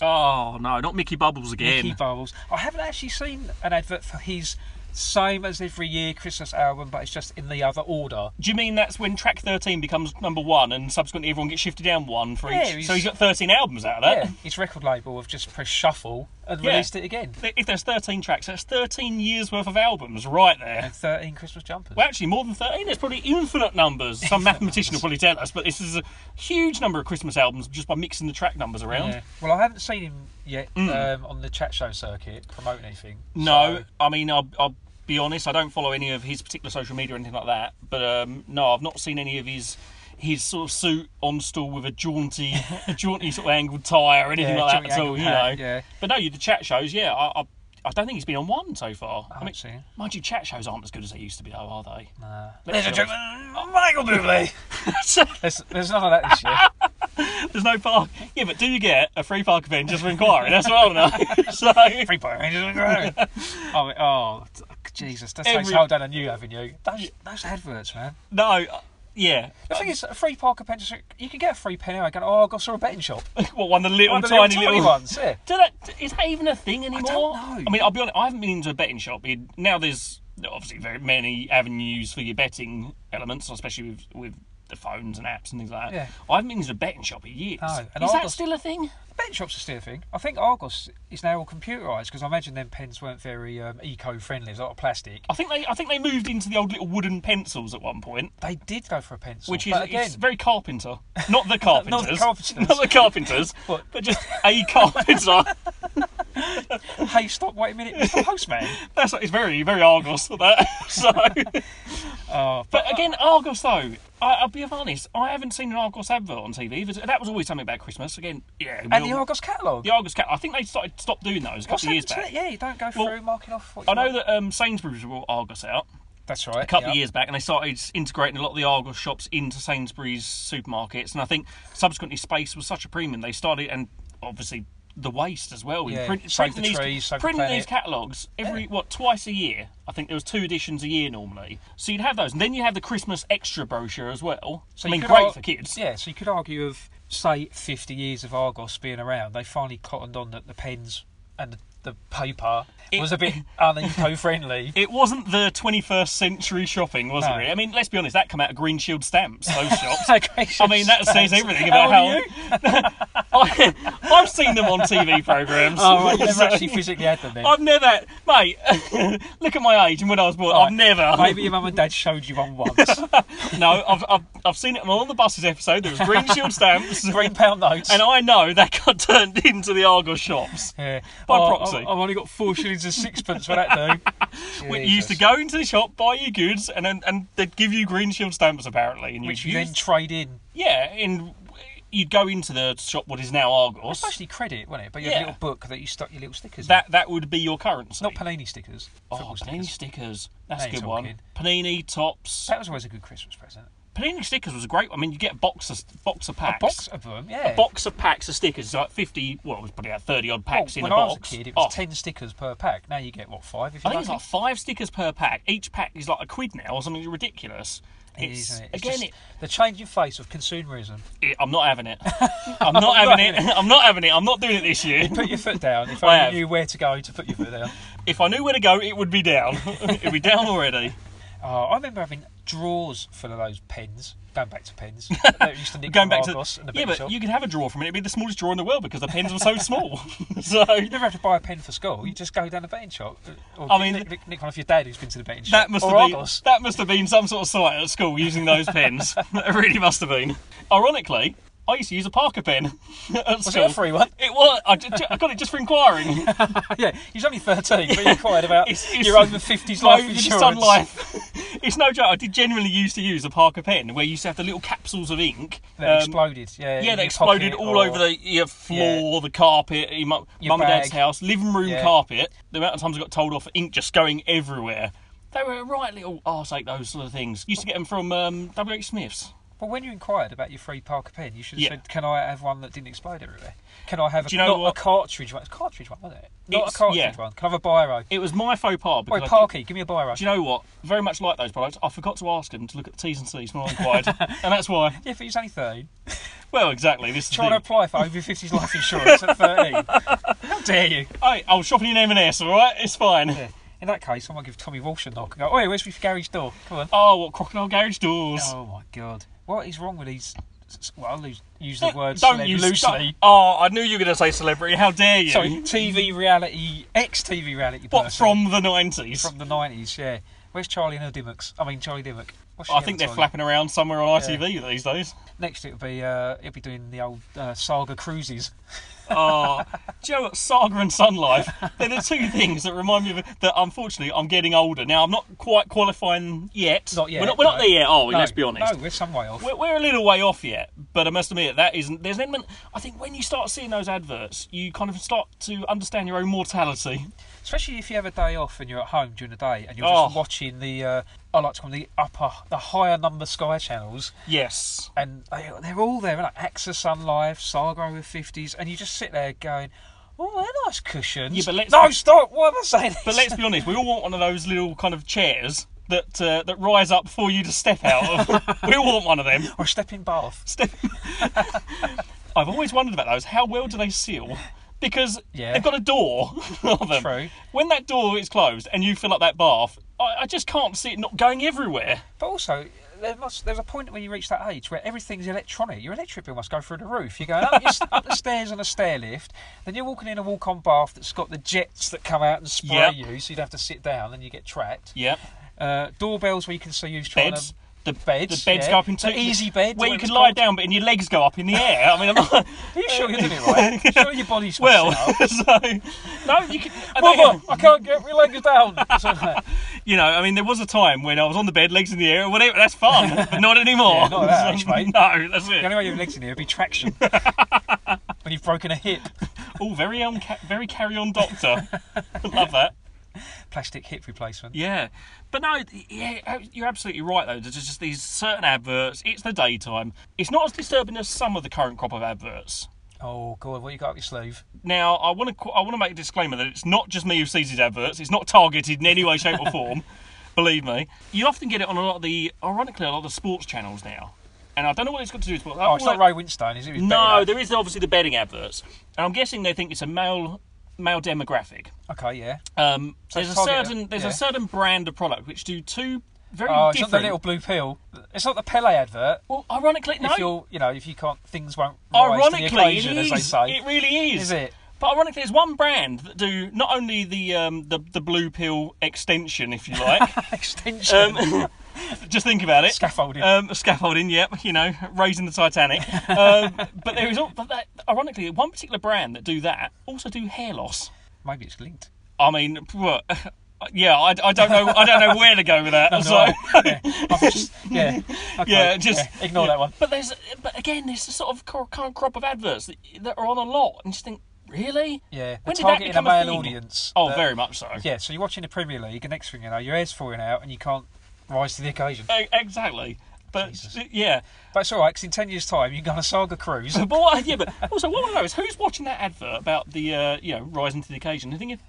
[SPEAKER 2] oh no, not Mickey Bubbles again.
[SPEAKER 1] Mickey Bubbles. I haven't actually seen an advert for his same as every year Christmas album, but it's just in the other order.
[SPEAKER 2] Do you mean that's when track thirteen becomes number one, and subsequently everyone gets shifted down one for
[SPEAKER 1] Yeah,
[SPEAKER 2] each?
[SPEAKER 1] he's-
[SPEAKER 2] So he's got thirteen albums out of
[SPEAKER 1] Yeah,
[SPEAKER 2] that.
[SPEAKER 1] his record label have just pressed shuffle and
[SPEAKER 2] Yeah.
[SPEAKER 1] released it again.
[SPEAKER 2] If there's thirteen tracks, that's thirteen years worth of albums right there.
[SPEAKER 1] And 13 Christmas jumpers.
[SPEAKER 2] Well, actually, more than 13. It's probably infinite numbers. Some mathematician will probably tell us, but this is a huge number of Christmas albums just by mixing the track numbers around.
[SPEAKER 1] Yeah. Well, I haven't seen him yet um, on the chat show circuit promoting anything.
[SPEAKER 2] Mm. No,
[SPEAKER 1] so-
[SPEAKER 2] I mean, I'll, I'll be honest, I don't follow any of his particular social media or anything like that, but um, no, I've not seen any of his. His sort of suit on stall with a jaunty, a jaunty sort of angled tie or anything
[SPEAKER 1] Yeah,
[SPEAKER 2] like
[SPEAKER 1] jaunty
[SPEAKER 2] that at all,
[SPEAKER 1] angled
[SPEAKER 2] you know.
[SPEAKER 1] hat, yeah.
[SPEAKER 2] But no, you- the chat shows, yeah. I, I, I don't think he's been on one so far. I,
[SPEAKER 1] haven't
[SPEAKER 2] mean,
[SPEAKER 1] seen him.
[SPEAKER 2] mind you, chat shows aren't as good as they used to be, though, are they?
[SPEAKER 1] Nah.
[SPEAKER 2] Let's
[SPEAKER 1] There's a
[SPEAKER 2] be
[SPEAKER 1] gentleman, Michael Bublé. There's, there's none of that this year.
[SPEAKER 2] There's no park. Yeah, but do you get a free park event just for inquiry? That's what I want to know. so,
[SPEAKER 1] Free Power Rangers and Grow. oh, it- oh, t- Jesus, that takes
[SPEAKER 2] Every-
[SPEAKER 1] hell down a new avenue. Those, those adverts, man.
[SPEAKER 2] no, uh, yeah.
[SPEAKER 1] The thing is, a free park adventure, you can get a free penny. I go, oh, I got saw a betting shop.
[SPEAKER 2] What, one of the little
[SPEAKER 1] One of the
[SPEAKER 2] tiny
[SPEAKER 1] little tiny
[SPEAKER 2] little
[SPEAKER 1] ones, yeah.
[SPEAKER 2] Do that, is that even a thing anymore?
[SPEAKER 1] know.
[SPEAKER 2] I mean, I'll be honest, I haven't been into a betting shop. It- Now there's obviously very many avenues for your betting elements, especially with, with the phones and apps and things like that.
[SPEAKER 1] Yeah.
[SPEAKER 2] I haven't been to a betting shop in years.
[SPEAKER 1] No, and
[SPEAKER 2] Is
[SPEAKER 1] I
[SPEAKER 2] that
[SPEAKER 1] was-
[SPEAKER 2] still a thing?
[SPEAKER 1] Bet shops are still a thing. I think Argos is now all computerised because I imagine them pens weren't very um, eco-friendly. There's a lot of plastic.
[SPEAKER 2] I think they I think they moved into the old little wooden pencils at one point.
[SPEAKER 1] They did go for a pencil,
[SPEAKER 2] Which is
[SPEAKER 1] but again,
[SPEAKER 2] it's very carpenter, not the carpenters,
[SPEAKER 1] carpenters.
[SPEAKER 2] not the carpenters,
[SPEAKER 1] What?
[SPEAKER 2] but just a carpenter.
[SPEAKER 1] hey, stop! Wait a minute, Mr. Postman.
[SPEAKER 2] That's it's very very Argos for that. so, uh,
[SPEAKER 1] Oh,
[SPEAKER 2] but again, Argos though, I, I'll be honest, I haven't seen an Argos advert on TV. There's- That was always something about Christmas. Again, yeah,
[SPEAKER 1] and
[SPEAKER 2] we'll-
[SPEAKER 1] the Argos catalogue.
[SPEAKER 2] the Argos cat. I think they started stopped doing those a couple
[SPEAKER 1] What's
[SPEAKER 2] of years
[SPEAKER 1] happened to
[SPEAKER 2] back.
[SPEAKER 1] it? Yeah, you don't go
[SPEAKER 2] Well,
[SPEAKER 1] through marking off. What
[SPEAKER 2] I
[SPEAKER 1] you
[SPEAKER 2] know
[SPEAKER 1] want.
[SPEAKER 2] that um, Sainsbury's brought Argos out
[SPEAKER 1] That's right.
[SPEAKER 2] a couple of years back, and they started integrating a lot of the Argos shops into Sainsbury's supermarkets. And I think subsequently, space was such a premium they started, and obviously the waste as well. in
[SPEAKER 1] Yeah,
[SPEAKER 2] print-
[SPEAKER 1] save the
[SPEAKER 2] printing
[SPEAKER 1] trees,
[SPEAKER 2] these,
[SPEAKER 1] save the
[SPEAKER 2] printing
[SPEAKER 1] planet.
[SPEAKER 2] these catalogues every what twice a year. I think there was two editions a year normally, so you'd have those, and then you have the Christmas extra brochure as well. I
[SPEAKER 1] you
[SPEAKER 2] mean,
[SPEAKER 1] could
[SPEAKER 2] great
[SPEAKER 1] ar-
[SPEAKER 2] for kids.
[SPEAKER 1] Yeah, so you could argue of say 50 years of Argos being around, they finally cottoned on that the pens and the, the paper
[SPEAKER 2] It-
[SPEAKER 1] was a bit uneco-friendly.
[SPEAKER 2] It wasn't the 21st century shopping, was it?
[SPEAKER 1] No.
[SPEAKER 2] Really? I mean, let's be honest, that come out of Green Shield stamps. Those shops.
[SPEAKER 1] Gracious
[SPEAKER 2] I mean, that says
[SPEAKER 1] thanks.
[SPEAKER 2] everything about
[SPEAKER 1] How
[SPEAKER 2] how.
[SPEAKER 1] old are
[SPEAKER 2] I, I've seen them on TV programs.
[SPEAKER 1] Oh, right, you never
[SPEAKER 2] So-
[SPEAKER 1] actually physically had them then.
[SPEAKER 2] I've never, mate. look at my age and when I was born. I've
[SPEAKER 1] Right.
[SPEAKER 2] never.
[SPEAKER 1] Maybe your mum and dad showed you one once.
[SPEAKER 2] No, I've, I've, I've seen it on all the buses episode. There was Green Shield stamps,
[SPEAKER 1] Green pound notes.
[SPEAKER 2] and I know that got turned into the Argos shops.
[SPEAKER 1] yeah.
[SPEAKER 2] by
[SPEAKER 1] Oh,
[SPEAKER 2] proxy.
[SPEAKER 1] I've I've only got four shillings and sixpence for that do.
[SPEAKER 2] We- You used to
[SPEAKER 1] Jesus.
[SPEAKER 2] go into the shop, buy your goods, and then and they'd give you Green Shield stamps apparently, and you'd
[SPEAKER 1] Which you
[SPEAKER 2] use
[SPEAKER 1] then trade in.
[SPEAKER 2] Yeah, and you'd go into the shop what is now Argos.
[SPEAKER 1] Especially credit, wasn't it? But you had
[SPEAKER 2] Yeah.
[SPEAKER 1] a little book that you stuck your little stickers
[SPEAKER 2] That that would be your currency.
[SPEAKER 1] in. Not Panini stickers.
[SPEAKER 2] oh,
[SPEAKER 1] football
[SPEAKER 2] Panini
[SPEAKER 1] stickers.
[SPEAKER 2] stickers. That's a
[SPEAKER 1] Now
[SPEAKER 2] good
[SPEAKER 1] you're
[SPEAKER 2] one.
[SPEAKER 1] talking.
[SPEAKER 2] Panini tops.
[SPEAKER 1] That was always a good Christmas present.
[SPEAKER 2] Panini stickers was a great. one. I mean, you get a box of box of packs.
[SPEAKER 1] box of them, yeah.
[SPEAKER 2] Box of packs of stickers, like fifty. Well, it was probably about thirty odd
[SPEAKER 1] Well,
[SPEAKER 2] packs in
[SPEAKER 1] when
[SPEAKER 2] a
[SPEAKER 1] I
[SPEAKER 2] box.
[SPEAKER 1] was a kid, it was
[SPEAKER 2] Oh,
[SPEAKER 1] ten stickers per pack. Now you get what five? If
[SPEAKER 2] I
[SPEAKER 1] you
[SPEAKER 2] think it's
[SPEAKER 1] like
[SPEAKER 2] like five stickers per pack. Each pack is like a quid now, or something ridiculous.
[SPEAKER 1] It is, isn't it? It's
[SPEAKER 2] again,
[SPEAKER 1] just
[SPEAKER 2] it,
[SPEAKER 1] the changing face of consumerism.
[SPEAKER 2] it- I'm not having it. I'm not having it.
[SPEAKER 1] having
[SPEAKER 2] I'm not having it. I'm not doing it this year.
[SPEAKER 1] Put your foot down. If
[SPEAKER 2] I
[SPEAKER 1] only
[SPEAKER 2] have.
[SPEAKER 1] you knew where to go to put your foot down.
[SPEAKER 2] If I knew where to go, it would be down. It'd be down already.
[SPEAKER 1] Oh, I remember having drawers full of those pens. Going back to pens, that used to nick
[SPEAKER 2] Going
[SPEAKER 1] from
[SPEAKER 2] back to
[SPEAKER 1] Argos and the
[SPEAKER 2] yeah,
[SPEAKER 1] yeah,
[SPEAKER 2] but
[SPEAKER 1] shop.
[SPEAKER 2] you
[SPEAKER 1] You...
[SPEAKER 2] could have a drawer from it. It'd be the smallest drawer in the world because the pens were so small. so
[SPEAKER 1] never have to buy a pen for school. You just go down the betting shop, uh, or
[SPEAKER 2] I mean-
[SPEAKER 1] nick, nick, nick one off your dad who's been to the betting shop.
[SPEAKER 2] that must
[SPEAKER 1] or
[SPEAKER 2] have been
[SPEAKER 1] Argos.
[SPEAKER 2] that must have been some sort of slight at school using those pens. it really must have been. Ironically, I used to use a Parker pen at
[SPEAKER 1] Was
[SPEAKER 2] school.
[SPEAKER 1] it a free one?
[SPEAKER 2] It was. I, ju- ju- I got it just for inquiring.
[SPEAKER 1] yeah, he's only thirteen, but he inquired about
[SPEAKER 2] It's- it's-
[SPEAKER 1] your over fifties life
[SPEAKER 2] No,
[SPEAKER 1] insurance.
[SPEAKER 2] it's on life. It's no joke. I did genuinely used to use a Parker pen where you used to have the little capsules of ink.
[SPEAKER 1] That
[SPEAKER 2] um,
[SPEAKER 1] exploded. Yeah, in
[SPEAKER 2] Yeah, they
[SPEAKER 1] your
[SPEAKER 2] exploded
[SPEAKER 1] pocket
[SPEAKER 2] all
[SPEAKER 1] or-
[SPEAKER 2] over the your floor, the carpet, your mum
[SPEAKER 1] Your
[SPEAKER 2] mum and dad's
[SPEAKER 1] bag.
[SPEAKER 2] house, living room
[SPEAKER 1] Yeah.
[SPEAKER 2] carpet. The amount of times I got told off for ink just going everywhere. They were a right little arsehole, those sort of things. Used to get them from um, WH Smith's.
[SPEAKER 1] Well, when you inquired about your free Parker pen, you should have
[SPEAKER 2] Yeah.
[SPEAKER 1] said, "Can I have one that didn't explode everywhere? Can I have a,
[SPEAKER 2] Do you know
[SPEAKER 1] not
[SPEAKER 2] what?
[SPEAKER 1] a cartridge one? It's a cartridge one, wasn't it? Not
[SPEAKER 2] It's-
[SPEAKER 1] a cartridge
[SPEAKER 2] yeah.
[SPEAKER 1] one. Can I have a biro?
[SPEAKER 2] It was my faux pas. because
[SPEAKER 1] Wait,
[SPEAKER 2] I-
[SPEAKER 1] Parky, give me a biro.
[SPEAKER 2] Do you know what? Very much like those products, I forgot to ask them to look at the T's and C's when I inquired. and that's why.
[SPEAKER 1] yeah, but he's only thirteen.
[SPEAKER 2] Well, exactly. This is
[SPEAKER 1] Trying to
[SPEAKER 2] the,
[SPEAKER 1] apply for over fifties life insurance at thirteen. How dare you?
[SPEAKER 2] Hey, I was shopping in M&S, all right? It's fine.
[SPEAKER 1] Yeah. In that case, I might give Tommy Walsh a knock and go, "Oi, where's my garage door? Come on."
[SPEAKER 2] Oh, what crocodile garage doors?
[SPEAKER 1] Oh my god, what is wrong with these? s- s- Well, I'll lose, use the word celeb
[SPEAKER 2] use-
[SPEAKER 1] loosely.
[SPEAKER 2] Oh, I knew you were going to say celebrity. How dare you?
[SPEAKER 1] Sorry, TV reality, ex TV reality.
[SPEAKER 2] What
[SPEAKER 1] person.
[SPEAKER 2] from the nineties?
[SPEAKER 1] from the nineties. Yeah, where's Charlie and her Dimmocks? I mean Charlie Dimmock. What's she
[SPEAKER 2] I think they're
[SPEAKER 1] advertising?
[SPEAKER 2] flapping around somewhere on ITV these days.
[SPEAKER 1] Next, it'll be uh, it'll be doing the old uh, Saga cruises.
[SPEAKER 2] Oh, do you know what? Saga and Sun Life. They're the two things that remind me of, that. Unfortunately, I'm getting older now. I'm not quite qualifying yet.
[SPEAKER 1] Not yet,
[SPEAKER 2] We're not, we're not
[SPEAKER 1] no.
[SPEAKER 2] there yet, are we?
[SPEAKER 1] No,
[SPEAKER 2] Let's be honest.
[SPEAKER 1] No, we're some way off.
[SPEAKER 2] We're, we're a little way off yet, but I must admit that isn't. There's an element. I think when you start seeing those adverts, you kind of start to understand your own mortality.
[SPEAKER 1] Especially if you have a day off and you're at home during the day and you're just
[SPEAKER 2] Oh.
[SPEAKER 1] watching the uh, I like to call them the upper, the higher number Sky channels,
[SPEAKER 2] Yes.
[SPEAKER 1] and they, they're all there, like AXA Sun Life, Saga over fifties, and you just sit there going, "Oh, they're nice cushions."
[SPEAKER 2] Yeah, but let's-
[SPEAKER 1] no stop. Why am I saying this?
[SPEAKER 2] But let's be honest, we all want one of those little kind of chairs that uh, that rise up for you to step out of. we all want one of them.
[SPEAKER 1] or a step in bath.
[SPEAKER 2] Step. I've always wondered about those. How well do they seal? Because
[SPEAKER 1] Yeah.
[SPEAKER 2] they've got a door on them.
[SPEAKER 1] True.
[SPEAKER 2] When that door is closed and you fill up that bath, I, I just can't see it not going everywhere.
[SPEAKER 1] But also, there must, there's a point when you reach that age where everything's electronic. Your electric bill must go through the roof. You're going up, your, s- up the stairs on a stair lift, then you're walking in a walk-on bath that's got the jets that come out and spray
[SPEAKER 2] Yep.
[SPEAKER 1] you, so you'd have to sit down and you get tracked.
[SPEAKER 2] Yep.
[SPEAKER 1] Uh, doorbells where you can see who's trying
[SPEAKER 2] Beds.
[SPEAKER 1] to...
[SPEAKER 2] The
[SPEAKER 1] beds,
[SPEAKER 2] The beds
[SPEAKER 1] yeah.
[SPEAKER 2] go up in two.
[SPEAKER 1] The easy beds,
[SPEAKER 2] Where
[SPEAKER 1] or
[SPEAKER 2] you can
[SPEAKER 1] it's
[SPEAKER 2] lie
[SPEAKER 1] called.
[SPEAKER 2] down, but and your legs go up in the air. I mean, I'm not.
[SPEAKER 1] Are you sure you're doing it right? Are you sure your body's
[SPEAKER 2] Well,
[SPEAKER 1] smashed out?
[SPEAKER 2] so no, you can.
[SPEAKER 1] Mother, I can't get my legs down. uh, Something like that.
[SPEAKER 2] you know, I mean, there was a time when I was on the bed, legs in the air, whatever. That's fun, but not anymore.
[SPEAKER 1] Yeah, not that age, mate.
[SPEAKER 2] No, that's
[SPEAKER 1] The
[SPEAKER 2] it.
[SPEAKER 1] only way you have legs in here would be traction. when you've broken a hip,
[SPEAKER 2] Oh, very on, ca- very carry on, doctor. Love that.
[SPEAKER 1] plastic hip replacement.
[SPEAKER 2] Yeah, but no, yeah, uh, you're absolutely right though. There's just these certain adverts. It's the daytime. It's not as disturbing as some of the current crop of adverts.
[SPEAKER 1] Oh God, what you got up your sleeve?
[SPEAKER 2] Now, I want to I want to make a disclaimer that it's not just me who sees these adverts. It's not targeted in any way, shape, or form. Believe me, you often get it on a lot of the, ironically, a lot of the sports channels now. And I don't know what it's got to do with sports.
[SPEAKER 1] Oh, it's
[SPEAKER 2] Well,
[SPEAKER 1] not Ray Winstone, is it? It was
[SPEAKER 2] No,
[SPEAKER 1] Betty
[SPEAKER 2] there is obviously the betting adverts, and I'm guessing they think it's a male male demographic.
[SPEAKER 1] Lab. Okay, yeah.
[SPEAKER 2] Um, there's a
[SPEAKER 1] it's targeted,
[SPEAKER 2] certain there's
[SPEAKER 1] yeah.
[SPEAKER 2] a certain brand of product which do two very
[SPEAKER 1] Oh, it's not the
[SPEAKER 2] different.
[SPEAKER 1] little blue pill. It's not the Pele advert.
[SPEAKER 2] Well, ironically, no.
[SPEAKER 1] If you're, you know, if you can't, things won't rise
[SPEAKER 2] Ironically,
[SPEAKER 1] to the occasion,
[SPEAKER 2] it is.
[SPEAKER 1] as they say.
[SPEAKER 2] It really is.
[SPEAKER 1] Is it?
[SPEAKER 2] But ironically, there's one brand that do not only the um, the, the blue pill extension, if you like.
[SPEAKER 1] Extension.
[SPEAKER 2] um, just think about it.
[SPEAKER 1] Scaffolding.
[SPEAKER 2] Um, scaffolding. Yep. You know, raising the Titanic. um, but there is, al- but that, ironically, one particular brand that do that also do hair loss.
[SPEAKER 1] Maybe it's linked.
[SPEAKER 2] I mean, well, yeah, I, I don't know. I don't know where to go with that. so.
[SPEAKER 1] yeah, I've just, yeah. Okay,
[SPEAKER 2] Yeah, just
[SPEAKER 1] yeah, ignore that one.
[SPEAKER 2] But there's, but again, there's a sort of cor- current crop of adverts that, that are on a lot, and you just think, really?
[SPEAKER 1] Yeah, they're
[SPEAKER 2] When did that
[SPEAKER 1] targeting a
[SPEAKER 2] become
[SPEAKER 1] male
[SPEAKER 2] thing?
[SPEAKER 1] audience.
[SPEAKER 2] Oh,
[SPEAKER 1] that-
[SPEAKER 2] very much so.
[SPEAKER 1] Yeah, so you're watching the Premier League, and next thing you know, your hair's falling out, and you can't rise to the occasion.
[SPEAKER 2] E- exactly. But
[SPEAKER 1] Jesus.
[SPEAKER 2] yeah,
[SPEAKER 1] But it's all right, 'cause in ten years' time, you can go on a saga cruise.
[SPEAKER 2] but what, yeah, but also what I want to know is who's watching that advert about the uh, you know rising to the occasion and thinking,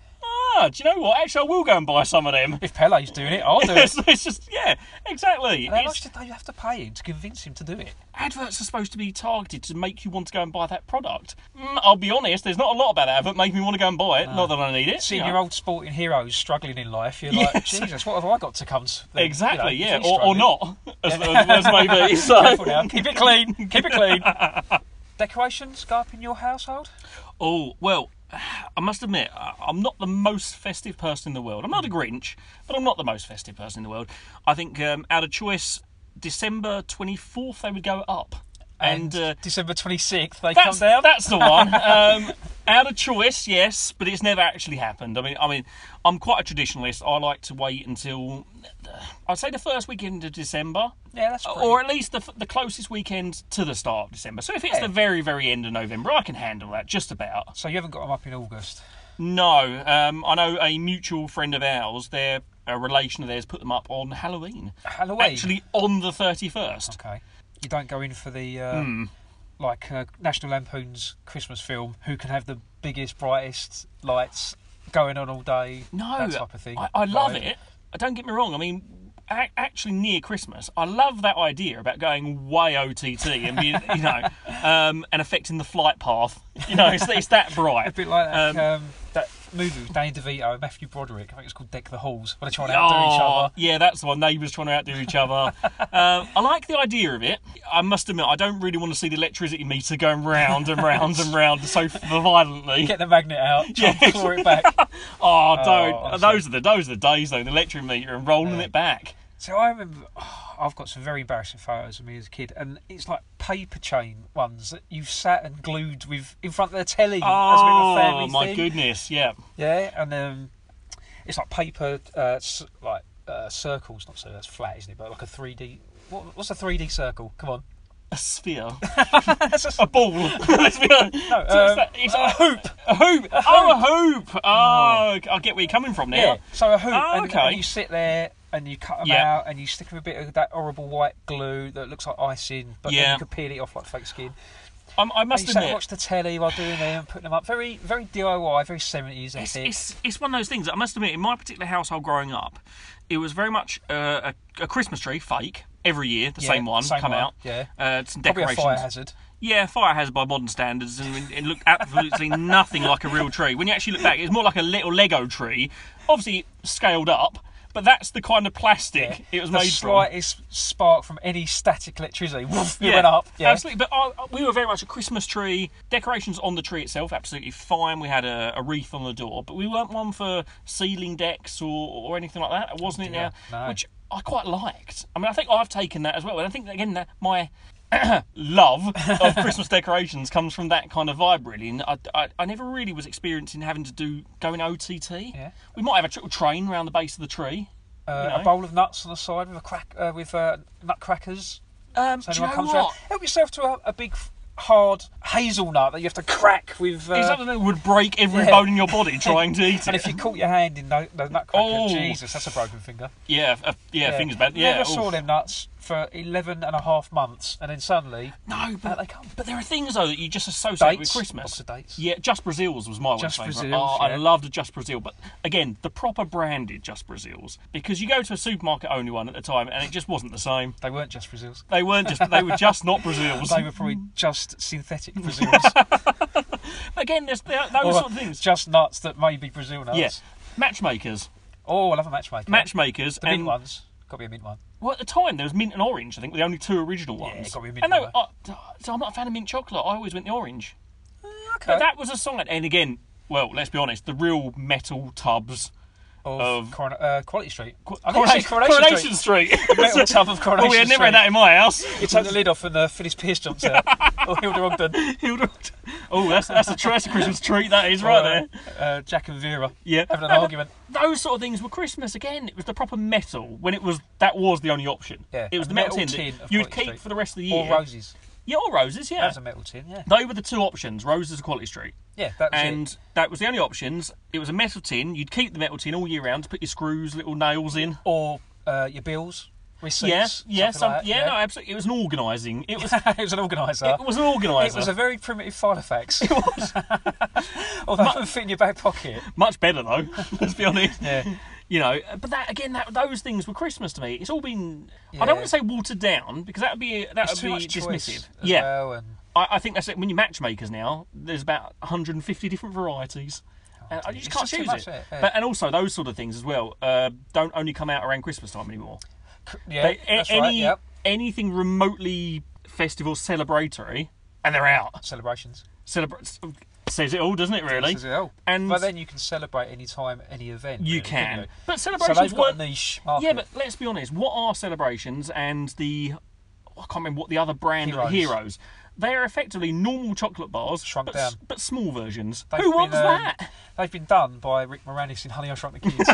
[SPEAKER 2] ah, do you know what? Actually, I will go and buy some of them.
[SPEAKER 1] if Pele's doing it, I'll do it.
[SPEAKER 2] so it's just yeah, exactly.
[SPEAKER 1] And how
[SPEAKER 2] It's-
[SPEAKER 1] much did they have to pay him to convince him to do it?
[SPEAKER 2] adverts are supposed to be targeted to make you want to go and buy that product. Mm, I'll be honest, there's not a lot about that advert make me want to go and buy it. Not that I need it.
[SPEAKER 1] Seeing
[SPEAKER 2] you know.
[SPEAKER 1] your old sporting heroes struggling in life, you're like,
[SPEAKER 2] Yes.
[SPEAKER 1] Jesus, what have I got to come? To, you know,
[SPEAKER 2] Exactly,
[SPEAKER 1] if he's
[SPEAKER 2] yeah, or, or
[SPEAKER 1] struggling."
[SPEAKER 2] not, as, as, as maybe. So.
[SPEAKER 1] Careful now. Keep it clean. Keep it clean. Decorations go up in your household?
[SPEAKER 2] Oh well, I must admit I- I'm not the most festive person in the world. I'm not a Grinch, but I'm not the most festive person in the world. I think um, out of choice, December 24th they would go up, and, uh,
[SPEAKER 1] December 26th, they come
[SPEAKER 2] that's
[SPEAKER 1] down.
[SPEAKER 2] that's the one. Um, out of choice, yes, but it's never actually happened. I mean, I mean, I'm quite a traditionalist. I like to wait until uh, I'd say the first weekend of December.
[SPEAKER 1] yeah, that's pretty,
[SPEAKER 2] Or at least the, f- the closest weekend to the start of December. So if it's the very, very end of November, I can handle that just about.
[SPEAKER 1] So you haven't got them up in August?
[SPEAKER 2] No, um, I know a mutual friend of ours, their a relation of theirs, put them up on Halloween.
[SPEAKER 1] Halloween?
[SPEAKER 2] Actually, on the thirty first.
[SPEAKER 1] Okay. You don't go in for the uh,
[SPEAKER 2] Hmm.
[SPEAKER 1] like uh, National Lampoon's Christmas film, who can have the biggest, brightest lights going on all day.
[SPEAKER 2] No,
[SPEAKER 1] that type of thing.
[SPEAKER 2] I, I love
[SPEAKER 1] Right.
[SPEAKER 2] it. I Don't get me wrong. I mean, a- actually, near Christmas, I love that idea about going way OTT and being, you know, um, and affecting the flight path. You know, it's, it's that bright.
[SPEAKER 1] A bit like that,
[SPEAKER 2] Um,
[SPEAKER 1] um, that movie with Danny DeVito and Matthew Broderick. I think it's called Deck the Halls. Where they're trying to outdo each
[SPEAKER 2] Oh,
[SPEAKER 1] other.
[SPEAKER 2] yeah, that's the one. Neighbours trying to outdo each other. um, I like the idea of it. I must admit, I don't really want to see the electricity meter going round and round and round so violently.
[SPEAKER 1] Get the magnet out, try and
[SPEAKER 2] Yes.
[SPEAKER 1] claw it back.
[SPEAKER 2] Oh, don't.
[SPEAKER 1] honestly.
[SPEAKER 2] those are the those are the days though. The electric meter and rolling it back.
[SPEAKER 1] So I remember, oh, I've got some very embarrassing photos of me as a kid, and it's like paper chain ones that you've sat and glued with in front of the telly as a bit of a
[SPEAKER 2] Oh
[SPEAKER 1] family
[SPEAKER 2] my
[SPEAKER 1] thing.
[SPEAKER 2] goodness, yeah.
[SPEAKER 1] Yeah, and um, it's like paper, uh, c- like uh, circles. Not so that's flat, isn't it? But like a three D. What, what's a three D circle? Come on.
[SPEAKER 2] A sphere,
[SPEAKER 1] That's a-
[SPEAKER 2] a ball. Let's be honest. So it's
[SPEAKER 1] um,
[SPEAKER 2] that- it's
[SPEAKER 1] a
[SPEAKER 2] a,
[SPEAKER 1] hoop. Hmm.
[SPEAKER 2] a hoop. Oh, a hoop. Oh, I get where you're coming from now.
[SPEAKER 1] Yeah. So a hoop.
[SPEAKER 2] Oh,
[SPEAKER 1] and,
[SPEAKER 2] okay.
[SPEAKER 1] and you sit there and you cut them
[SPEAKER 2] Yeah.
[SPEAKER 1] out and you stick them a bit of that horrible white glue that looks like icing, but then
[SPEAKER 2] Yeah.
[SPEAKER 1] you can peel it off like fake skin.
[SPEAKER 2] I'm, I
[SPEAKER 1] And
[SPEAKER 2] must
[SPEAKER 1] you sat
[SPEAKER 2] admit,
[SPEAKER 1] and watch the telly while doing them, putting them up. Very, very DIY, very seventies. I
[SPEAKER 2] It's,
[SPEAKER 1] think.
[SPEAKER 2] it's, it's one of those things. I must admit, in my particular household growing up, it was very much uh, a, a Christmas tree, fake every year, the
[SPEAKER 1] Yeah,
[SPEAKER 2] same one
[SPEAKER 1] same
[SPEAKER 2] come
[SPEAKER 1] one,
[SPEAKER 2] out.
[SPEAKER 1] yeah.
[SPEAKER 2] uh, some
[SPEAKER 1] Probably a
[SPEAKER 2] decorations.
[SPEAKER 1] fire hazard.
[SPEAKER 2] Yeah, fire hazard by modern standards, and it looked absolutely nothing like a real tree. When you actually look back, it's more like a little Lego tree, obviously scaled up. But that's the kind of plastic it was
[SPEAKER 1] the
[SPEAKER 2] made from.
[SPEAKER 1] slightest spark from any static electricity, woof, it
[SPEAKER 2] Yeah,
[SPEAKER 1] went up. Yeah.
[SPEAKER 2] Absolutely, but our, we were very much a Christmas tree. Decorations on the tree itself, absolutely fine. We had a, a wreath on the door, but we weren't one for ceiling decks or, or anything like that, wasn't it?
[SPEAKER 1] dear,
[SPEAKER 2] now,
[SPEAKER 1] no.
[SPEAKER 2] which I quite liked. I mean, I think I've taken that as well, and I think that, again that my love of Christmas decorations comes from that kind of vibe, really. And I, I, I never really was experiencing having to do going OTT.
[SPEAKER 1] Yeah.
[SPEAKER 2] We might have a little train around the base of the tree.
[SPEAKER 1] Uh,
[SPEAKER 2] you know.
[SPEAKER 1] A bowl of nuts on the side with a crack uh, with uh, nutcrackers.
[SPEAKER 2] Um,
[SPEAKER 1] So
[SPEAKER 2] do you
[SPEAKER 1] anyone
[SPEAKER 2] know
[SPEAKER 1] comes
[SPEAKER 2] what?
[SPEAKER 1] around. Help yourself to a, a big f- hard hazelnut that you have to crack with. Uh,
[SPEAKER 2] It's something that would break every
[SPEAKER 1] yeah.
[SPEAKER 2] bone in your body trying to eat it.
[SPEAKER 1] And if you caught your hand in the, the nutcracker,
[SPEAKER 2] Oh.
[SPEAKER 1] Jesus, that's a broken finger.
[SPEAKER 2] Yeah, uh, yeah, fingers bad. Yeah,
[SPEAKER 1] Never
[SPEAKER 2] oof.
[SPEAKER 1] saw them nuts for 11 and a half months, and then suddenly
[SPEAKER 2] No,
[SPEAKER 1] out
[SPEAKER 2] but,
[SPEAKER 1] they come.
[SPEAKER 2] but there are things though that you just associate
[SPEAKER 1] Dates,
[SPEAKER 2] with Christmas.
[SPEAKER 1] lots of dates.
[SPEAKER 2] Yeah, Just Brazils was my
[SPEAKER 1] Just
[SPEAKER 2] one favourite.
[SPEAKER 1] Brazils,
[SPEAKER 2] oh, I
[SPEAKER 1] yeah.
[SPEAKER 2] loved Just Brazil, but again, the proper branded Just Brazils because you go to a supermarket only one at the time, and it just wasn't the same.
[SPEAKER 1] They weren't just Brazils.
[SPEAKER 2] They weren't just. They were just not Brazils.
[SPEAKER 1] They were probably
[SPEAKER 2] Mm.
[SPEAKER 1] just synthetic Brazils.
[SPEAKER 2] Again, there's there, those
[SPEAKER 1] Or
[SPEAKER 2] sort of things.
[SPEAKER 1] Just nuts that may be Brazil nuts.
[SPEAKER 2] Yeah, matchmakers,
[SPEAKER 1] Oh, I love a matchmaker.
[SPEAKER 2] matchmakers,
[SPEAKER 1] The
[SPEAKER 2] and
[SPEAKER 1] mint ones. Got to be a mint one.
[SPEAKER 2] Well, at the time there was mint and orange. I think were the only two original
[SPEAKER 1] Yeah,
[SPEAKER 2] ones.
[SPEAKER 1] it gotta be mint
[SPEAKER 2] and they were,
[SPEAKER 1] and
[SPEAKER 2] oh, so I'm not a fan of mint chocolate. I always went the orange.
[SPEAKER 1] Okay.
[SPEAKER 2] But that was a sign. And again, well, let's be honest, the real metal tubs.
[SPEAKER 1] of
[SPEAKER 2] of-
[SPEAKER 1] Corona- uh, Quality Street. Qu-
[SPEAKER 2] Coronation Street.
[SPEAKER 1] Metal tub of Coronation
[SPEAKER 2] well, we had never
[SPEAKER 1] Street.
[SPEAKER 2] had that in my house.
[SPEAKER 1] You take the lid off and the Phyllis Pierce Oh, jumps out. or Hilda Ogden.
[SPEAKER 2] Hilda- oh, that's that's a that's a Christmas treat. That is right there.
[SPEAKER 1] Uh, uh, Jack and Vera
[SPEAKER 2] Yeah.
[SPEAKER 1] having an
[SPEAKER 2] No, but
[SPEAKER 1] argument.
[SPEAKER 2] Those sort of things were Christmas again. It was the proper metal when it was that was the only option.
[SPEAKER 1] Yeah,
[SPEAKER 2] It was
[SPEAKER 1] a
[SPEAKER 2] the metal,
[SPEAKER 1] metal
[SPEAKER 2] tin,
[SPEAKER 1] tin
[SPEAKER 2] that
[SPEAKER 1] of
[SPEAKER 2] you'd
[SPEAKER 1] Quality
[SPEAKER 2] keep
[SPEAKER 1] Street.
[SPEAKER 2] for the rest of the year.
[SPEAKER 1] Or roses.
[SPEAKER 2] Yeah, or roses. Yeah.
[SPEAKER 1] That was a metal tin, yeah.
[SPEAKER 2] They were the two options: roses or quality street.
[SPEAKER 1] Yeah, that was
[SPEAKER 2] and
[SPEAKER 1] it.
[SPEAKER 2] that was the only options. It was a metal tin. You'd keep the metal tin all year round to put your screws, little nails in.
[SPEAKER 1] Or uh, your bills, receipts.
[SPEAKER 2] Yes, yeah, yeah,
[SPEAKER 1] something
[SPEAKER 2] some,
[SPEAKER 1] like that,
[SPEAKER 2] yeah,
[SPEAKER 1] you know?
[SPEAKER 2] no, absolutely. It was an organising. It was.
[SPEAKER 1] it was an organiser.
[SPEAKER 2] It was an organiser.
[SPEAKER 1] It was a very primitive file effects. It was. Although it would fit in your back pocket.
[SPEAKER 2] Much better though. let's be honest.
[SPEAKER 1] Yeah.
[SPEAKER 2] You know, but that again, that those things were Christmas to me. It's all been. I don't
[SPEAKER 1] Yeah.
[SPEAKER 2] want to say watered down because that would be that
[SPEAKER 1] It's
[SPEAKER 2] would
[SPEAKER 1] too
[SPEAKER 2] be
[SPEAKER 1] much choice
[SPEAKER 2] dismissive.
[SPEAKER 1] as
[SPEAKER 2] Yeah,
[SPEAKER 1] well. And
[SPEAKER 2] I, I think that's it. When you matchmakers now, there's about 150 different varieties. And I
[SPEAKER 1] dear.
[SPEAKER 2] just
[SPEAKER 1] Oh, It's just
[SPEAKER 2] can't
[SPEAKER 1] too
[SPEAKER 2] choose
[SPEAKER 1] much,
[SPEAKER 2] it.
[SPEAKER 1] isn't it? Yeah.
[SPEAKER 2] But, and also those sort of things as well uh, don't only come out around Christmas time anymore.
[SPEAKER 1] yeah,
[SPEAKER 2] They- a-
[SPEAKER 1] that's
[SPEAKER 2] any
[SPEAKER 1] right, yep.
[SPEAKER 2] anything remotely festive or celebratory, and they're out.
[SPEAKER 1] Celebrations.
[SPEAKER 2] Celebra- says it all, doesn't it? Really?
[SPEAKER 1] Says it all.
[SPEAKER 2] And
[SPEAKER 1] But then you can celebrate any time, any event.
[SPEAKER 2] you
[SPEAKER 1] really, couldn't
[SPEAKER 2] can,
[SPEAKER 1] you?
[SPEAKER 2] but
[SPEAKER 1] So
[SPEAKER 2] celebrations
[SPEAKER 1] they've got
[SPEAKER 2] weren't.
[SPEAKER 1] a niche market.
[SPEAKER 2] Yeah, but let's be honest. What are celebrations and the I can't remember what the other brand
[SPEAKER 1] Heroes.
[SPEAKER 2] heroes. They are effectively normal chocolate bars,
[SPEAKER 1] Shrunk
[SPEAKER 2] but, s-
[SPEAKER 1] down.
[SPEAKER 2] but small versions.
[SPEAKER 1] They've
[SPEAKER 2] Who
[SPEAKER 1] been,
[SPEAKER 2] wants
[SPEAKER 1] um,
[SPEAKER 2] that?
[SPEAKER 1] They've been done by Rick Moranis in Honey I Shrunk the Kids.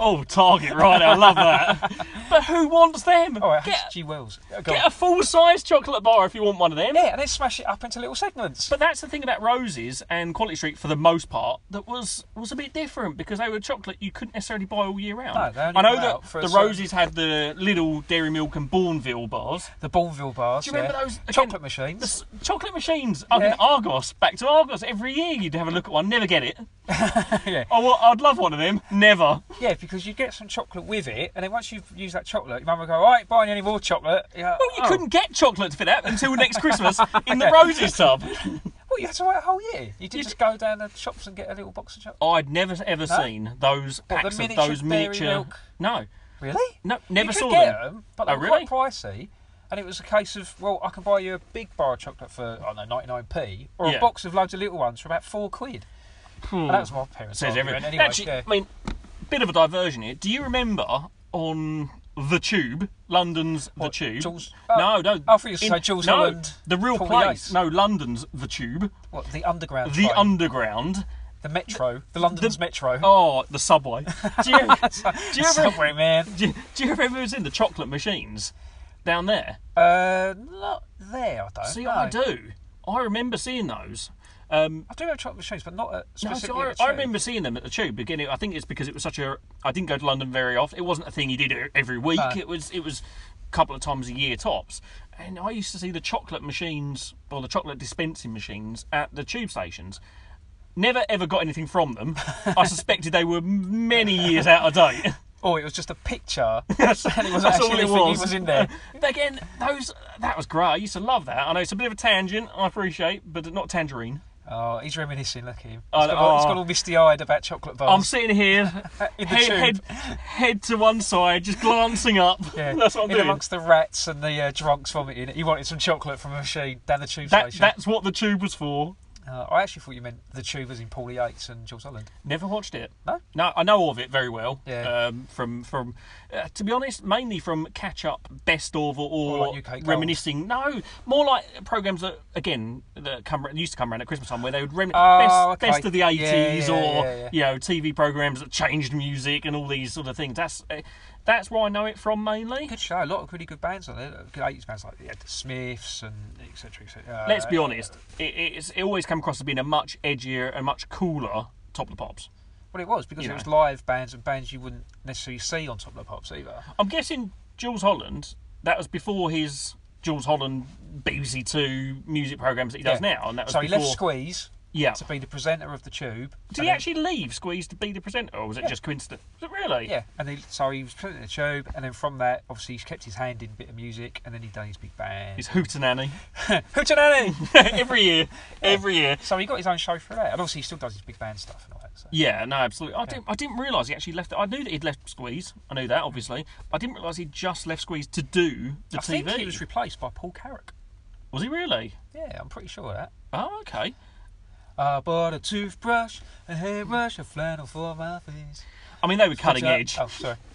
[SPEAKER 2] Oh, Target, right? I love that. but who wants them?
[SPEAKER 1] oh, it has
[SPEAKER 2] get,
[SPEAKER 1] G Wells. Go
[SPEAKER 2] get
[SPEAKER 1] on.
[SPEAKER 2] a full size chocolate bar if you want one of them.
[SPEAKER 1] Yeah, and then smash it up into little segments.
[SPEAKER 2] But that's the thing about roses and Quality Street, for the most part, that was was a bit different because they were chocolate you couldn't necessarily buy all year round.
[SPEAKER 1] No, they only
[SPEAKER 2] I know
[SPEAKER 1] come out
[SPEAKER 2] that
[SPEAKER 1] for a
[SPEAKER 2] the
[SPEAKER 1] certain-
[SPEAKER 2] roses had the little Dairy Milk and Bourneville bars.
[SPEAKER 1] the Bourneville bars.
[SPEAKER 2] Do you remember
[SPEAKER 1] yeah.
[SPEAKER 2] those- again,
[SPEAKER 1] chocolate
[SPEAKER 2] The
[SPEAKER 1] machines?
[SPEAKER 2] s- chocolate machines up in
[SPEAKER 1] Yeah.
[SPEAKER 2] Argos, back to Argos every year. You'd have a look at one, never get it.
[SPEAKER 1] yeah.
[SPEAKER 2] Oh, well, I'd love one of them, never.
[SPEAKER 1] yeah, because you get some chocolate with it, and then once you've used that chocolate, your mum will go, "All right, buying any more chocolate." Yeah.
[SPEAKER 2] Well, you
[SPEAKER 1] oh.
[SPEAKER 2] couldn't get chocolate for that until next Christmas in the roses tub.
[SPEAKER 1] Well, you had to wait a whole year. You did just go down the shops and get a little box of chocolate.
[SPEAKER 2] I'd never ever seen those
[SPEAKER 1] the
[SPEAKER 2] packs of
[SPEAKER 1] miniature
[SPEAKER 2] those
[SPEAKER 1] Dairy
[SPEAKER 2] miniature.
[SPEAKER 1] Milk?
[SPEAKER 2] No,
[SPEAKER 1] Really?
[SPEAKER 2] no, never
[SPEAKER 1] you could
[SPEAKER 2] saw
[SPEAKER 1] get
[SPEAKER 2] them.
[SPEAKER 1] but they
[SPEAKER 2] Oh,
[SPEAKER 1] were
[SPEAKER 2] really?
[SPEAKER 1] quite pricey. And it was a case of, well, I can buy you a big bar of chocolate for, I don't know, 99p, or
[SPEAKER 2] Yeah.
[SPEAKER 1] a box of loads of little ones for about four quid.
[SPEAKER 2] Hmm.
[SPEAKER 1] And that was my parents'
[SPEAKER 2] says
[SPEAKER 1] argument
[SPEAKER 2] everything.
[SPEAKER 1] anyway.
[SPEAKER 2] Actually,
[SPEAKER 1] Oh, yeah.
[SPEAKER 2] I mean, bit of a diversion here. Do you remember on the Tube, London's the Tube?
[SPEAKER 1] Jules-
[SPEAKER 2] no,
[SPEAKER 1] oh,
[SPEAKER 2] no.
[SPEAKER 1] I thought you said
[SPEAKER 2] in-
[SPEAKER 1] Jules
[SPEAKER 2] no,
[SPEAKER 1] Holland,
[SPEAKER 2] the real
[SPEAKER 1] Paul
[SPEAKER 2] place.
[SPEAKER 1] Yates.
[SPEAKER 2] No, London's the Tube,
[SPEAKER 1] What, the underground
[SPEAKER 2] the
[SPEAKER 1] train?
[SPEAKER 2] Underground.
[SPEAKER 1] the metro, the London's metro.
[SPEAKER 2] Oh, the subway. Do you, do you ever?
[SPEAKER 1] Subway, man.
[SPEAKER 2] Do you, do you remember who's in the chocolate machines down there?
[SPEAKER 1] Uh, not there, I don't
[SPEAKER 2] See,
[SPEAKER 1] know.
[SPEAKER 2] I do. I remember seeing those. Um,
[SPEAKER 1] I do have chocolate machines, but not at
[SPEAKER 2] no,
[SPEAKER 1] specifically
[SPEAKER 2] I,
[SPEAKER 1] at
[SPEAKER 2] I
[SPEAKER 1] Tube.
[SPEAKER 2] remember seeing them at the tube. Beginning, I think it's because it was such a. I didn't go to London very often. It wasn't a thing you did e-, every week.
[SPEAKER 1] No.
[SPEAKER 2] It was it was a couple of times a year tops. And I used to see the chocolate machines or the chocolate dispensing machines at the tube stations. Never ever got anything from them. I suspected they were many years out of date.
[SPEAKER 1] Or Oh, it was just a picture, and it wasn't
[SPEAKER 2] That's all
[SPEAKER 1] actually
[SPEAKER 2] it
[SPEAKER 1] anything that
[SPEAKER 2] was.
[SPEAKER 1] was in there.
[SPEAKER 2] But again, those that was great. I used to love that. I know it's a bit of a tangent. I appreciate, but not tangerine.
[SPEAKER 1] Oh, he's reminiscing. Look at him. He's
[SPEAKER 2] Oh,
[SPEAKER 1] got, all, he's
[SPEAKER 2] oh.
[SPEAKER 1] got all misty-eyed about chocolate bars.
[SPEAKER 2] I'm sitting here,
[SPEAKER 1] Uh, in the
[SPEAKER 2] head,
[SPEAKER 1] tube.
[SPEAKER 2] head, head to one side, just glancing up.
[SPEAKER 1] Yeah,
[SPEAKER 2] That's what I'm
[SPEAKER 1] in
[SPEAKER 2] doing.
[SPEAKER 1] amongst the rats and the uh, drunks vomiting. He wanted some chocolate from a machine down the tube
[SPEAKER 2] That,
[SPEAKER 1] station.
[SPEAKER 2] that's what the tube was for.
[SPEAKER 1] Uh, I actually thought you meant the tube was in Paul E. Yates and Jules Holland.
[SPEAKER 2] Never watched it.
[SPEAKER 1] No?
[SPEAKER 2] no, I know of it very well.
[SPEAKER 1] Yeah.
[SPEAKER 2] Um, from from, uh, to be honest, mainly from catch up, best of, or,
[SPEAKER 1] More
[SPEAKER 2] or
[SPEAKER 1] like UK Gold.
[SPEAKER 2] reminiscing. No, more like programs that again that come used to come around at Christmas time, where they would reminisce
[SPEAKER 1] Oh,
[SPEAKER 2] best,
[SPEAKER 1] okay.
[SPEAKER 2] best of the eighties,
[SPEAKER 1] Yeah, yeah,
[SPEAKER 2] or
[SPEAKER 1] yeah, yeah.
[SPEAKER 2] you know, TV programs that changed music and all these sort of things. That's uh, that's where I know it from mainly.
[SPEAKER 1] Good show. A lot of really good bands on there. Good eighties bands like yeah, the Smiths and etc. etc. Uh,
[SPEAKER 2] Let's be honest, it, it's it always come across as being a much edgier and much cooler Top of the Pops.
[SPEAKER 1] Well, it was because
[SPEAKER 2] you
[SPEAKER 1] it was
[SPEAKER 2] know.
[SPEAKER 1] live bands and bands you wouldn't necessarily see on Top of the Pops either.
[SPEAKER 2] I'm guessing Jules Holland. That was before his Jules Holland BBC Two music programs that he does
[SPEAKER 1] Yeah.
[SPEAKER 2] now, and that was
[SPEAKER 1] so he
[SPEAKER 2] before.
[SPEAKER 1] left Squeeze
[SPEAKER 2] yeah.
[SPEAKER 1] to be the presenter of the Tube.
[SPEAKER 2] Did
[SPEAKER 1] and
[SPEAKER 2] he
[SPEAKER 1] then-
[SPEAKER 2] actually leave Squeeze to be the presenter, or was it just coincidence? Was it really?
[SPEAKER 1] Yeah, and he, so he was presenting the Tube, and then from that, obviously, he's kept his hand in a bit of music, and then he done his big band.
[SPEAKER 2] He's hootenanny
[SPEAKER 1] Hootenanny!
[SPEAKER 2] every year, every year.
[SPEAKER 1] So he got his own show for that, and obviously he still does his big band stuff and all that. So.
[SPEAKER 2] Yeah, no, absolutely. I didn't. I didn't realise he actually left. I knew that he'd left Squeeze. I knew that, obviously. I didn't realise he'd just left Squeeze to do the
[SPEAKER 1] I
[SPEAKER 2] TV.
[SPEAKER 1] think he was replaced by Paul Carrick.
[SPEAKER 2] Was he really?
[SPEAKER 1] Yeah, I'm pretty sure of that.
[SPEAKER 2] Oh, okay.
[SPEAKER 1] I bought a toothbrush, a hairbrush, a flannel for my face.
[SPEAKER 2] I mean, they were cutting
[SPEAKER 1] Which I-
[SPEAKER 2] edge.
[SPEAKER 1] Oh, sorry.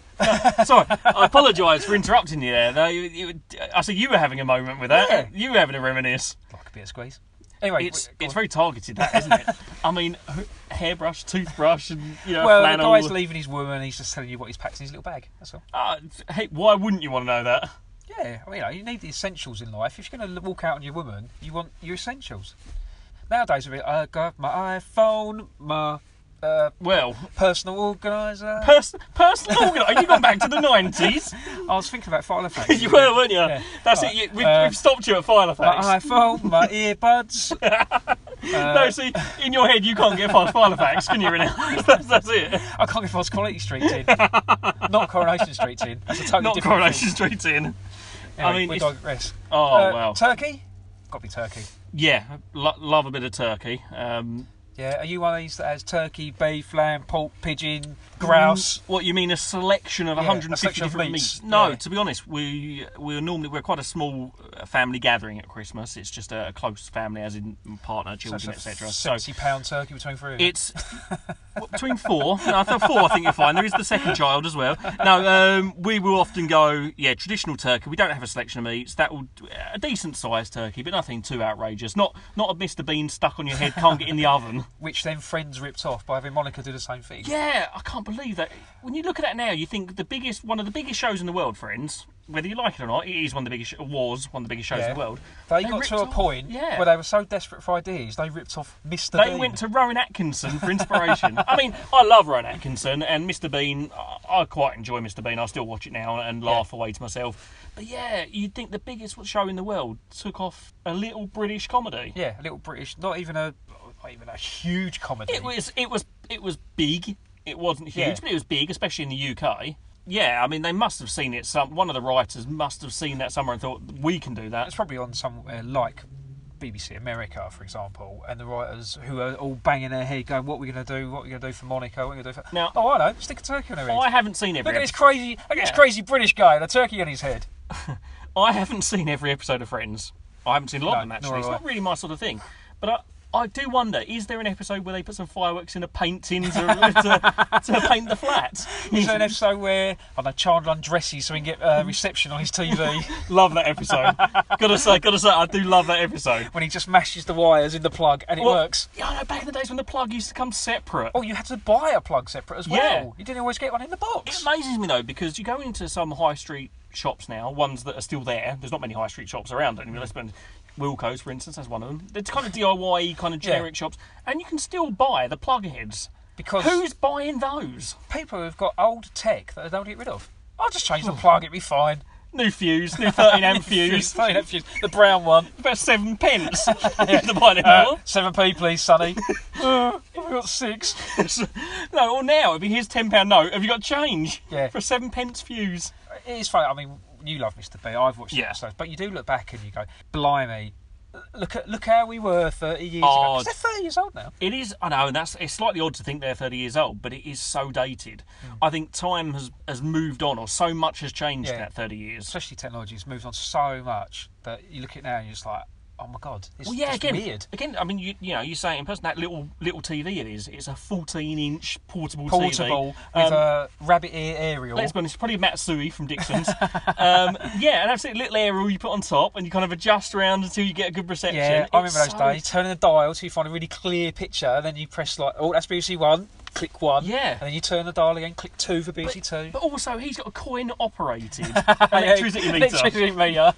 [SPEAKER 2] Sorry, I apologise for interrupting you there. Though you, you, I see you were having a moment with that.
[SPEAKER 1] Yeah.
[SPEAKER 2] You were having a reminisce.
[SPEAKER 1] Like a bit of squeeze. Anyway,
[SPEAKER 2] It's
[SPEAKER 1] go
[SPEAKER 2] it's
[SPEAKER 1] on.
[SPEAKER 2] very targeted, that isn't it? I mean, h- hairbrush, toothbrush, and you know,
[SPEAKER 1] well,
[SPEAKER 2] flannel.
[SPEAKER 1] the guy's leaving his woman, he's just telling you what he's packed in his little bag. That's all.
[SPEAKER 2] Ah, hey, why wouldn't you want to know that?
[SPEAKER 1] Yeah, I mean, you, know, you need the essentials in life. If you're going to walk out on your woman, you want your essentials. Nowadays, I mean, I got my iPhone, my uh,
[SPEAKER 2] Well,
[SPEAKER 1] personal organizer.
[SPEAKER 2] pers- personal organ. Are you gone back to the nineties?
[SPEAKER 1] I was thinking about file effects.
[SPEAKER 2] you were, weren't you?
[SPEAKER 1] Yeah.
[SPEAKER 2] That's
[SPEAKER 1] Right.
[SPEAKER 2] it. You, we've,
[SPEAKER 1] Uh,
[SPEAKER 2] we've stopped you at file effects.
[SPEAKER 1] My iPhone, my earbuds. Uh,
[SPEAKER 2] no, see, in your head you can't get past file effects, can you? Renee? that's, that's it.
[SPEAKER 1] I can't get past Quality Street in. Not Coronation Street in. That's a totally
[SPEAKER 2] Not
[SPEAKER 1] different
[SPEAKER 2] Coronation Street in.
[SPEAKER 1] Thing. Anyway,
[SPEAKER 2] I mean,
[SPEAKER 1] we
[SPEAKER 2] it's-
[SPEAKER 1] digress.
[SPEAKER 2] Oh
[SPEAKER 1] Uh,
[SPEAKER 2] wow.
[SPEAKER 1] Turkey? Got to be Turkey.
[SPEAKER 2] Yeah, lo- love a bit of turkey. Um,
[SPEAKER 1] Yeah, are you one of these that has turkey, beef, lamb, pork, pigeon, grouse?
[SPEAKER 2] What you mean a selection of
[SPEAKER 1] Mm. Yeah,
[SPEAKER 2] 150
[SPEAKER 1] a selection of
[SPEAKER 2] different
[SPEAKER 1] meats,
[SPEAKER 2] meats? No,
[SPEAKER 1] yeah.
[SPEAKER 2] to be honest, we we're normally we're quite a small uh, family gathering at Christmas. It's just a close family, as in partner, children, etc. So
[SPEAKER 1] Seventy pound turkey between three. of you.
[SPEAKER 2] it's well, between four. No, I thought four. I think you're fine. There is the second child as well. No, um, we will often go. Yeah, traditional turkey. We don't have a selection of meats. That will a decent sized turkey, but nothing too outrageous. Not not a Mr Bean stuck on your head. Can't get in the oven.
[SPEAKER 1] which then Friends ripped off by having Monica do the same thing.
[SPEAKER 2] Yeah, I can't believe that. When you look at that now, you think the biggest, one of the biggest shows in the world, Friends. Whether you like it or not, it is one of the biggest, was one of the biggest shows
[SPEAKER 1] Yeah.
[SPEAKER 2] in the world.
[SPEAKER 1] They, got
[SPEAKER 2] ripped
[SPEAKER 1] to a
[SPEAKER 2] off-
[SPEAKER 1] point
[SPEAKER 2] yeah.
[SPEAKER 1] where they were so desperate for ideas, they ripped off Mr.
[SPEAKER 2] They
[SPEAKER 1] Bean.
[SPEAKER 2] went to Rowan Atkinson for inspiration. I mean, I love Rowan Atkinson and Mr. Bean. I, I quite enjoy Mr. Bean. I still watch it now and laugh away to myself. But yeah, you'd think the biggest show in the world took off a little British comedy.
[SPEAKER 1] yeah, a little British, not even a, not even a huge comedy.
[SPEAKER 2] It was it was it was big. It wasn't huge,
[SPEAKER 1] Yeah.
[SPEAKER 2] but it was big, especially in the UK. Yeah, I mean they must have seen it. Some one of the writers must have seen that somewhere and thought we can do that.
[SPEAKER 1] It's probably on somewhere like BBC America, for example, and the writers who are all banging their head going, What are we going to do? What are we going to do for Monica? What are we going to do for.
[SPEAKER 2] Now-
[SPEAKER 1] oh, I know, stick a turkey on her head.
[SPEAKER 2] I haven't seen every.
[SPEAKER 1] Look at this
[SPEAKER 2] episode.
[SPEAKER 1] crazy, look at this
[SPEAKER 2] Yeah.
[SPEAKER 1] crazy British guy with a turkey on his head.
[SPEAKER 2] I haven't seen every episode of Friends. I haven't seen a lot
[SPEAKER 1] No,
[SPEAKER 2] of them
[SPEAKER 1] nor
[SPEAKER 2] actually. It's
[SPEAKER 1] have I.
[SPEAKER 2] not really my sort of thing. But I, I do wonder: is there an episode where they put some fireworks in a painting to, to, to paint the flat?
[SPEAKER 1] Is there an episode where I know Chandler undresses so he can get uh, reception on his TV
[SPEAKER 2] love that episode. gotta say, gotta say, I do love that episode.
[SPEAKER 1] when he just mashes the wires in the plug and it
[SPEAKER 2] Well,
[SPEAKER 1] works?
[SPEAKER 2] Yeah, I know. Back in the days when the plug used to come separate.
[SPEAKER 1] Oh, you had to buy a plug separate as well.
[SPEAKER 2] Yeah.
[SPEAKER 1] You didn't always get one in the
[SPEAKER 2] It
[SPEAKER 1] box.
[SPEAKER 2] amazes me though because you go into some high street shops now, ones that are still there. There's not many high street shops around anymore. Let's spend Wilco's, for instance, that's one of them. It's kind of DIY, kind of generic shops, and you can still buy the plug heads.
[SPEAKER 1] Because
[SPEAKER 2] Who's buying those?
[SPEAKER 1] people who've got old tech that they don't get rid of. I'll just change the plug, it'll be fine.
[SPEAKER 2] New fuse, new 13 amp
[SPEAKER 1] Fuse,
[SPEAKER 2] Oh. fuse,
[SPEAKER 1] fine, that fuse. The brown one.
[SPEAKER 2] about seven pence. You can buy
[SPEAKER 1] Uh,
[SPEAKER 2] it now.
[SPEAKER 1] seven p, please, Sonny. uh, I've got six.
[SPEAKER 2] no, or now it'd be here's ten pound note. Have you got change?
[SPEAKER 1] Yeah.
[SPEAKER 2] For a seven pence fuse.
[SPEAKER 1] It is funny. I mean, you love Mr. B. I've watched the
[SPEAKER 2] Yeah.
[SPEAKER 1] episodes, but you do look back and you go, "Blimey, Look at look how we were 30 years ago.
[SPEAKER 2] Oh.
[SPEAKER 1] 'Cause they're 30 years old now.
[SPEAKER 2] It is, I know, and that's it's slightly odd to think they're 30 years old, but it is so dated.
[SPEAKER 1] Hmm.
[SPEAKER 2] I think time has, has moved on, or so much has changed in
[SPEAKER 1] Yeah.
[SPEAKER 2] that 30 years.
[SPEAKER 1] Especially technology has moved on so much that you look at it now and you're just like, oh my god, it's
[SPEAKER 2] Well, yeah,
[SPEAKER 1] just
[SPEAKER 2] again,
[SPEAKER 1] weird.
[SPEAKER 2] again. I mean, you, you know, you say it in person that little little TV it is. It's a 14 inch portable,
[SPEAKER 1] Portable
[SPEAKER 2] TV.
[SPEAKER 1] with
[SPEAKER 2] Um,
[SPEAKER 1] a rabbit ear aerial.
[SPEAKER 2] Let's be honest, it's probably Matsui from Dixon's. um, yeah, an absolute little aerial you put on top, and you kind of adjust around until you get a good reception.
[SPEAKER 1] Yeah, I remember those
[SPEAKER 2] It's so-
[SPEAKER 1] days. Turning the dial till you find a really clear picture, and then you press like, oh, that's BBC One, click one.
[SPEAKER 2] Yeah.
[SPEAKER 1] And then you turn the dial again, click two for BBC Two.
[SPEAKER 2] But also, he's got a coin operated
[SPEAKER 1] Yeah,
[SPEAKER 2] electricity meter
[SPEAKER 1] electricity meter.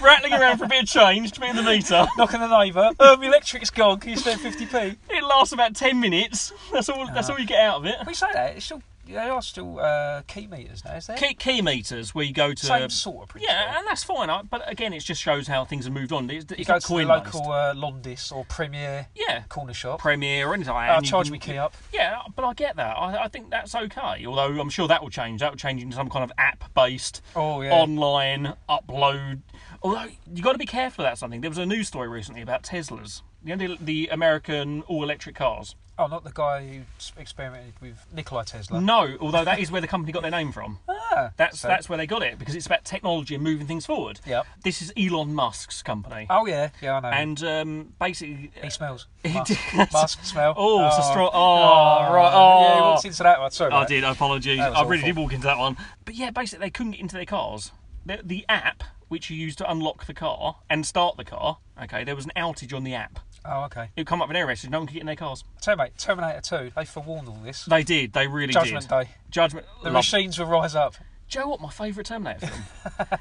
[SPEAKER 2] rattling around for a bit of change to be in the Um, meter.
[SPEAKER 1] Knocking the neighbour. Oh, my electric's gone. Can you spend 50p?
[SPEAKER 2] It lasts about ten minutes. That's all.
[SPEAKER 1] Ah.
[SPEAKER 2] That's all you get out of it.
[SPEAKER 1] We say that. It's still, they are still uh, key meters now, is there?
[SPEAKER 2] Key, key meters where you go to.
[SPEAKER 1] Same sort of principle.
[SPEAKER 2] yeah, and that's fine. I, but again, it just shows how things have moved on. It's,
[SPEAKER 1] You
[SPEAKER 2] it's
[SPEAKER 1] go
[SPEAKER 2] not
[SPEAKER 1] to the
[SPEAKER 2] coin
[SPEAKER 1] local uh, Londis or Premier
[SPEAKER 2] Yeah,
[SPEAKER 1] corner shop.
[SPEAKER 2] Premier or anything. like that,
[SPEAKER 1] I'll
[SPEAKER 2] and
[SPEAKER 1] Oh,
[SPEAKER 2] you
[SPEAKER 1] charge
[SPEAKER 2] can-
[SPEAKER 1] me key up.
[SPEAKER 2] Yeah, but I get that. I, I think that's okay. Although I'm sure that will change. That will change into some kind of app-based,
[SPEAKER 1] Oh, yeah.
[SPEAKER 2] online upload. Although you got to be careful about something. There was a news story recently about Teslas, you know, the, the American all-electric cars.
[SPEAKER 1] Oh, not the guy who s- experimented with Nikola Tesla.
[SPEAKER 2] No, although that is where the company got their name from.
[SPEAKER 1] Ah,
[SPEAKER 2] That's
[SPEAKER 1] so-
[SPEAKER 2] that's where they got it because it's about technology and moving things forward.
[SPEAKER 1] Yep.
[SPEAKER 2] This is Elon Musk's company,
[SPEAKER 1] Oh yeah, yeah, I know.
[SPEAKER 2] and um, basically,
[SPEAKER 1] He smells.
[SPEAKER 2] He
[SPEAKER 1] Musk,
[SPEAKER 2] does.
[SPEAKER 1] Musk smell.
[SPEAKER 2] Oh, it's a strong- oh, right,
[SPEAKER 1] Yeah, he
[SPEAKER 2] oh.
[SPEAKER 1] walked into that one. Sorry.
[SPEAKER 2] I
[SPEAKER 1] about that.
[SPEAKER 2] did. Apologies, I
[SPEAKER 1] That was
[SPEAKER 2] really
[SPEAKER 1] awful.
[SPEAKER 2] did walk into that one. But yeah, basically, they couldn't get into their cars. The, the app which you use to unlock the car and start the car. Okay, there was an outage on the app.
[SPEAKER 1] Oh, okay.
[SPEAKER 2] It would come up with an error message. No one could get in their cars.
[SPEAKER 1] Terminator, Terminator 2, they forewarned all this.
[SPEAKER 2] They did. They really
[SPEAKER 1] Judgment
[SPEAKER 2] did.
[SPEAKER 1] Day.
[SPEAKER 2] Judgment.
[SPEAKER 1] The
[SPEAKER 2] love-
[SPEAKER 1] machines will rise up.
[SPEAKER 2] Do you know what my favourite Terminator film?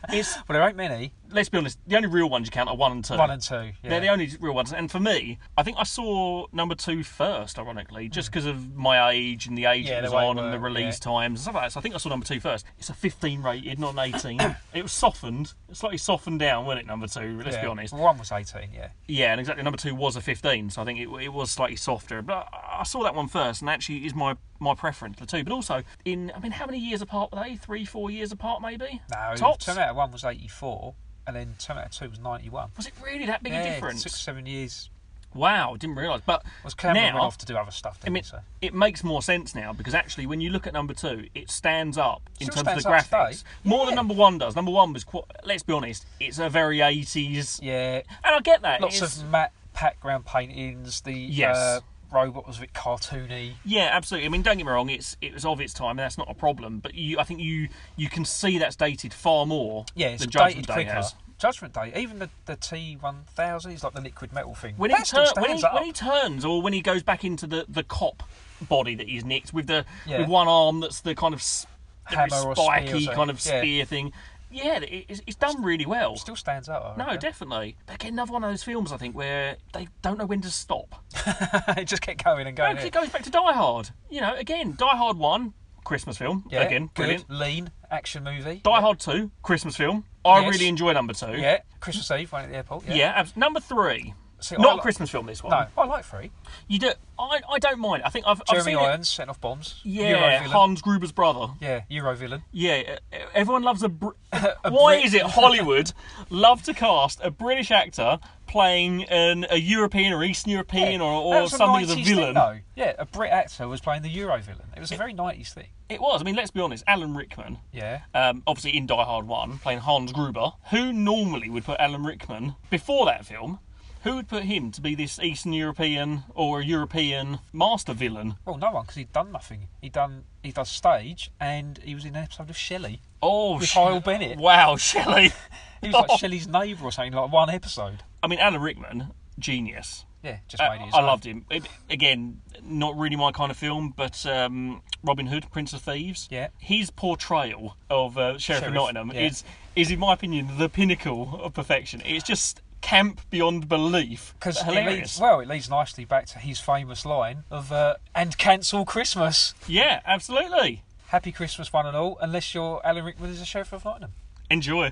[SPEAKER 2] it's
[SPEAKER 1] Well, there ain't many.
[SPEAKER 2] let's be honest. The only real ones you count are one and two.
[SPEAKER 1] One and two. Yeah.
[SPEAKER 2] They're the only real ones. And for me, I think I saw number two first, ironically, just because of my age and the age
[SPEAKER 1] Hmm. Yeah,
[SPEAKER 2] it
[SPEAKER 1] the
[SPEAKER 2] was
[SPEAKER 1] way it
[SPEAKER 2] on and the
[SPEAKER 1] worked,
[SPEAKER 2] release times and stuff like that. So I think I saw number two first. It's a 15 rated, not an 18. it was softened, slightly softened down, wasn't it, number two? Let's
[SPEAKER 1] Yeah.
[SPEAKER 2] be honest.
[SPEAKER 1] One was 18, yeah.
[SPEAKER 2] Yeah, and exactly. Number two was a 15, so I think it, it was slightly softer. But I I saw that one first, and actually is my, my preference, the two. But also, in, I mean, how many years apart were they? Three, four years apart, maybe?
[SPEAKER 1] No,
[SPEAKER 2] Tops?
[SPEAKER 1] Terminator 1 was 84, and then Terminator 2 was 91.
[SPEAKER 2] Was it really that big
[SPEAKER 1] yeah,
[SPEAKER 2] a difference?
[SPEAKER 1] Six, seven years.
[SPEAKER 2] Wow, didn't realise. But
[SPEAKER 1] Was Cameron
[SPEAKER 2] now,
[SPEAKER 1] went off to do other stuff then,
[SPEAKER 2] I mean,
[SPEAKER 1] so.
[SPEAKER 2] it makes more sense now because actually, when you look at number two, it stands up in
[SPEAKER 1] Still
[SPEAKER 2] terms of the
[SPEAKER 1] stands up
[SPEAKER 2] graphics
[SPEAKER 1] today.
[SPEAKER 2] more than
[SPEAKER 1] Yeah.
[SPEAKER 2] number one does. Number one was, qu- let's be honest, it's a very eighties,
[SPEAKER 1] Yeah.
[SPEAKER 2] and I get that.
[SPEAKER 1] Lots
[SPEAKER 2] it's-
[SPEAKER 1] of matte background paintings. The
[SPEAKER 2] Yes.
[SPEAKER 1] uh, robot was a bit cartoony.
[SPEAKER 2] yeah, absolutely. I mean, don't get me wrong, it's it was of its time, and that's not a problem. But you, I think you you can see that's dated far more
[SPEAKER 1] Yeah, it's
[SPEAKER 2] than
[SPEAKER 1] dated
[SPEAKER 2] Judgment Day
[SPEAKER 1] quicker.
[SPEAKER 2] has.
[SPEAKER 1] Judgment Day, even the, the T1000 is like the liquid metal thing.
[SPEAKER 2] When
[SPEAKER 1] that
[SPEAKER 2] he,
[SPEAKER 1] still
[SPEAKER 2] tur- when,
[SPEAKER 1] stands
[SPEAKER 2] he,
[SPEAKER 1] up.
[SPEAKER 2] when he turns, or when he goes back into the, the cop body that he's nicked with the
[SPEAKER 1] Yeah.
[SPEAKER 2] with one arm that's the kind of s- the
[SPEAKER 1] Hammer or spear or
[SPEAKER 2] spiky
[SPEAKER 1] something.
[SPEAKER 2] kind of
[SPEAKER 1] Yeah.
[SPEAKER 2] spear thing. Yeah, it, it's, it's done really well.
[SPEAKER 1] still stands up. I
[SPEAKER 2] No,
[SPEAKER 1] reckon.
[SPEAKER 2] definitely. But again, another one of those films I think where they don't know when to stop.
[SPEAKER 1] it just kept going and
[SPEAKER 2] No,
[SPEAKER 1] going.
[SPEAKER 2] 'cause
[SPEAKER 1] yeah.
[SPEAKER 2] it goes back to Die Hard. You know, again, Die Hard one, Christmas film.
[SPEAKER 1] yeah,
[SPEAKER 2] again,
[SPEAKER 1] good,
[SPEAKER 2] brilliant.
[SPEAKER 1] lean action movie.
[SPEAKER 2] Die Hard two, Christmas film. I
[SPEAKER 1] Yes.
[SPEAKER 2] really enjoy number two.
[SPEAKER 1] Yeah, Christmas Eve, one at the airport.
[SPEAKER 2] Yeah,
[SPEAKER 1] Yeah,
[SPEAKER 2] abs- number three.
[SPEAKER 1] See, I
[SPEAKER 2] Not
[SPEAKER 1] like-
[SPEAKER 2] a Christmas film. This one.
[SPEAKER 1] no, I like three.
[SPEAKER 2] You do. I, I don't mind. I think I've, I've
[SPEAKER 1] Jeremy
[SPEAKER 2] seen it.
[SPEAKER 1] Irons setting off bombs.
[SPEAKER 2] Yeah,
[SPEAKER 1] Euro villain.
[SPEAKER 2] Hans Gruber's brother.
[SPEAKER 1] yeah, Euro villain.
[SPEAKER 2] Yeah, uh, everyone loves a. Br- Why
[SPEAKER 1] Brit.
[SPEAKER 2] is it Hollywood love to cast a British actor playing an, a European or Eastern European or,
[SPEAKER 1] That
[SPEAKER 2] or
[SPEAKER 1] was a
[SPEAKER 2] something as a
[SPEAKER 1] 90s thing,
[SPEAKER 2] villain?
[SPEAKER 1] though. Yeah, a Brit actor was playing the Euro villain. It was a very nineties thing.
[SPEAKER 2] It was. I mean, let's be honest. Alan Rickman,
[SPEAKER 1] Yeah,
[SPEAKER 2] um, obviously in Die Hard One, playing Hans Gruber. Who normally would put Alan Rickman before that film? Who would put him to be this Eastern European or European master villain?
[SPEAKER 1] well, no one because he'd done nothing. He done he does stage, and he was in an episode of Shelley.
[SPEAKER 2] Oh,
[SPEAKER 1] With
[SPEAKER 2] Sh-
[SPEAKER 1] Kyle Bennett.
[SPEAKER 2] Wow, Shelley. Oh.
[SPEAKER 1] He was like Shelley's neighbour or something, like one episode.
[SPEAKER 2] I mean, Alan Rickman, genius.
[SPEAKER 1] Yeah, just made it.
[SPEAKER 2] I,
[SPEAKER 1] his
[SPEAKER 2] Uh, I
[SPEAKER 1] own.
[SPEAKER 2] loved him. It- again, not really my kind of film, but um, Robin Hood, Prince of Thieves.
[SPEAKER 1] Yeah.
[SPEAKER 2] His portrayal of uh, Sheriff, of
[SPEAKER 1] Sheriff,
[SPEAKER 2] Nottingham
[SPEAKER 1] yeah.
[SPEAKER 2] is, is, in my opinion, the pinnacle of perfection. It's just camp beyond belief.
[SPEAKER 1] Because
[SPEAKER 2] but
[SPEAKER 1] it leads
[SPEAKER 2] hilarious.
[SPEAKER 1] well, it leads nicely back to his famous line of uh, "and cancel Christmas,
[SPEAKER 2] Yeah, absolutely.
[SPEAKER 1] Happy Christmas, one and all, unless your Alan Rickman is a sheriff of Nottingham."
[SPEAKER 2] Enjoy.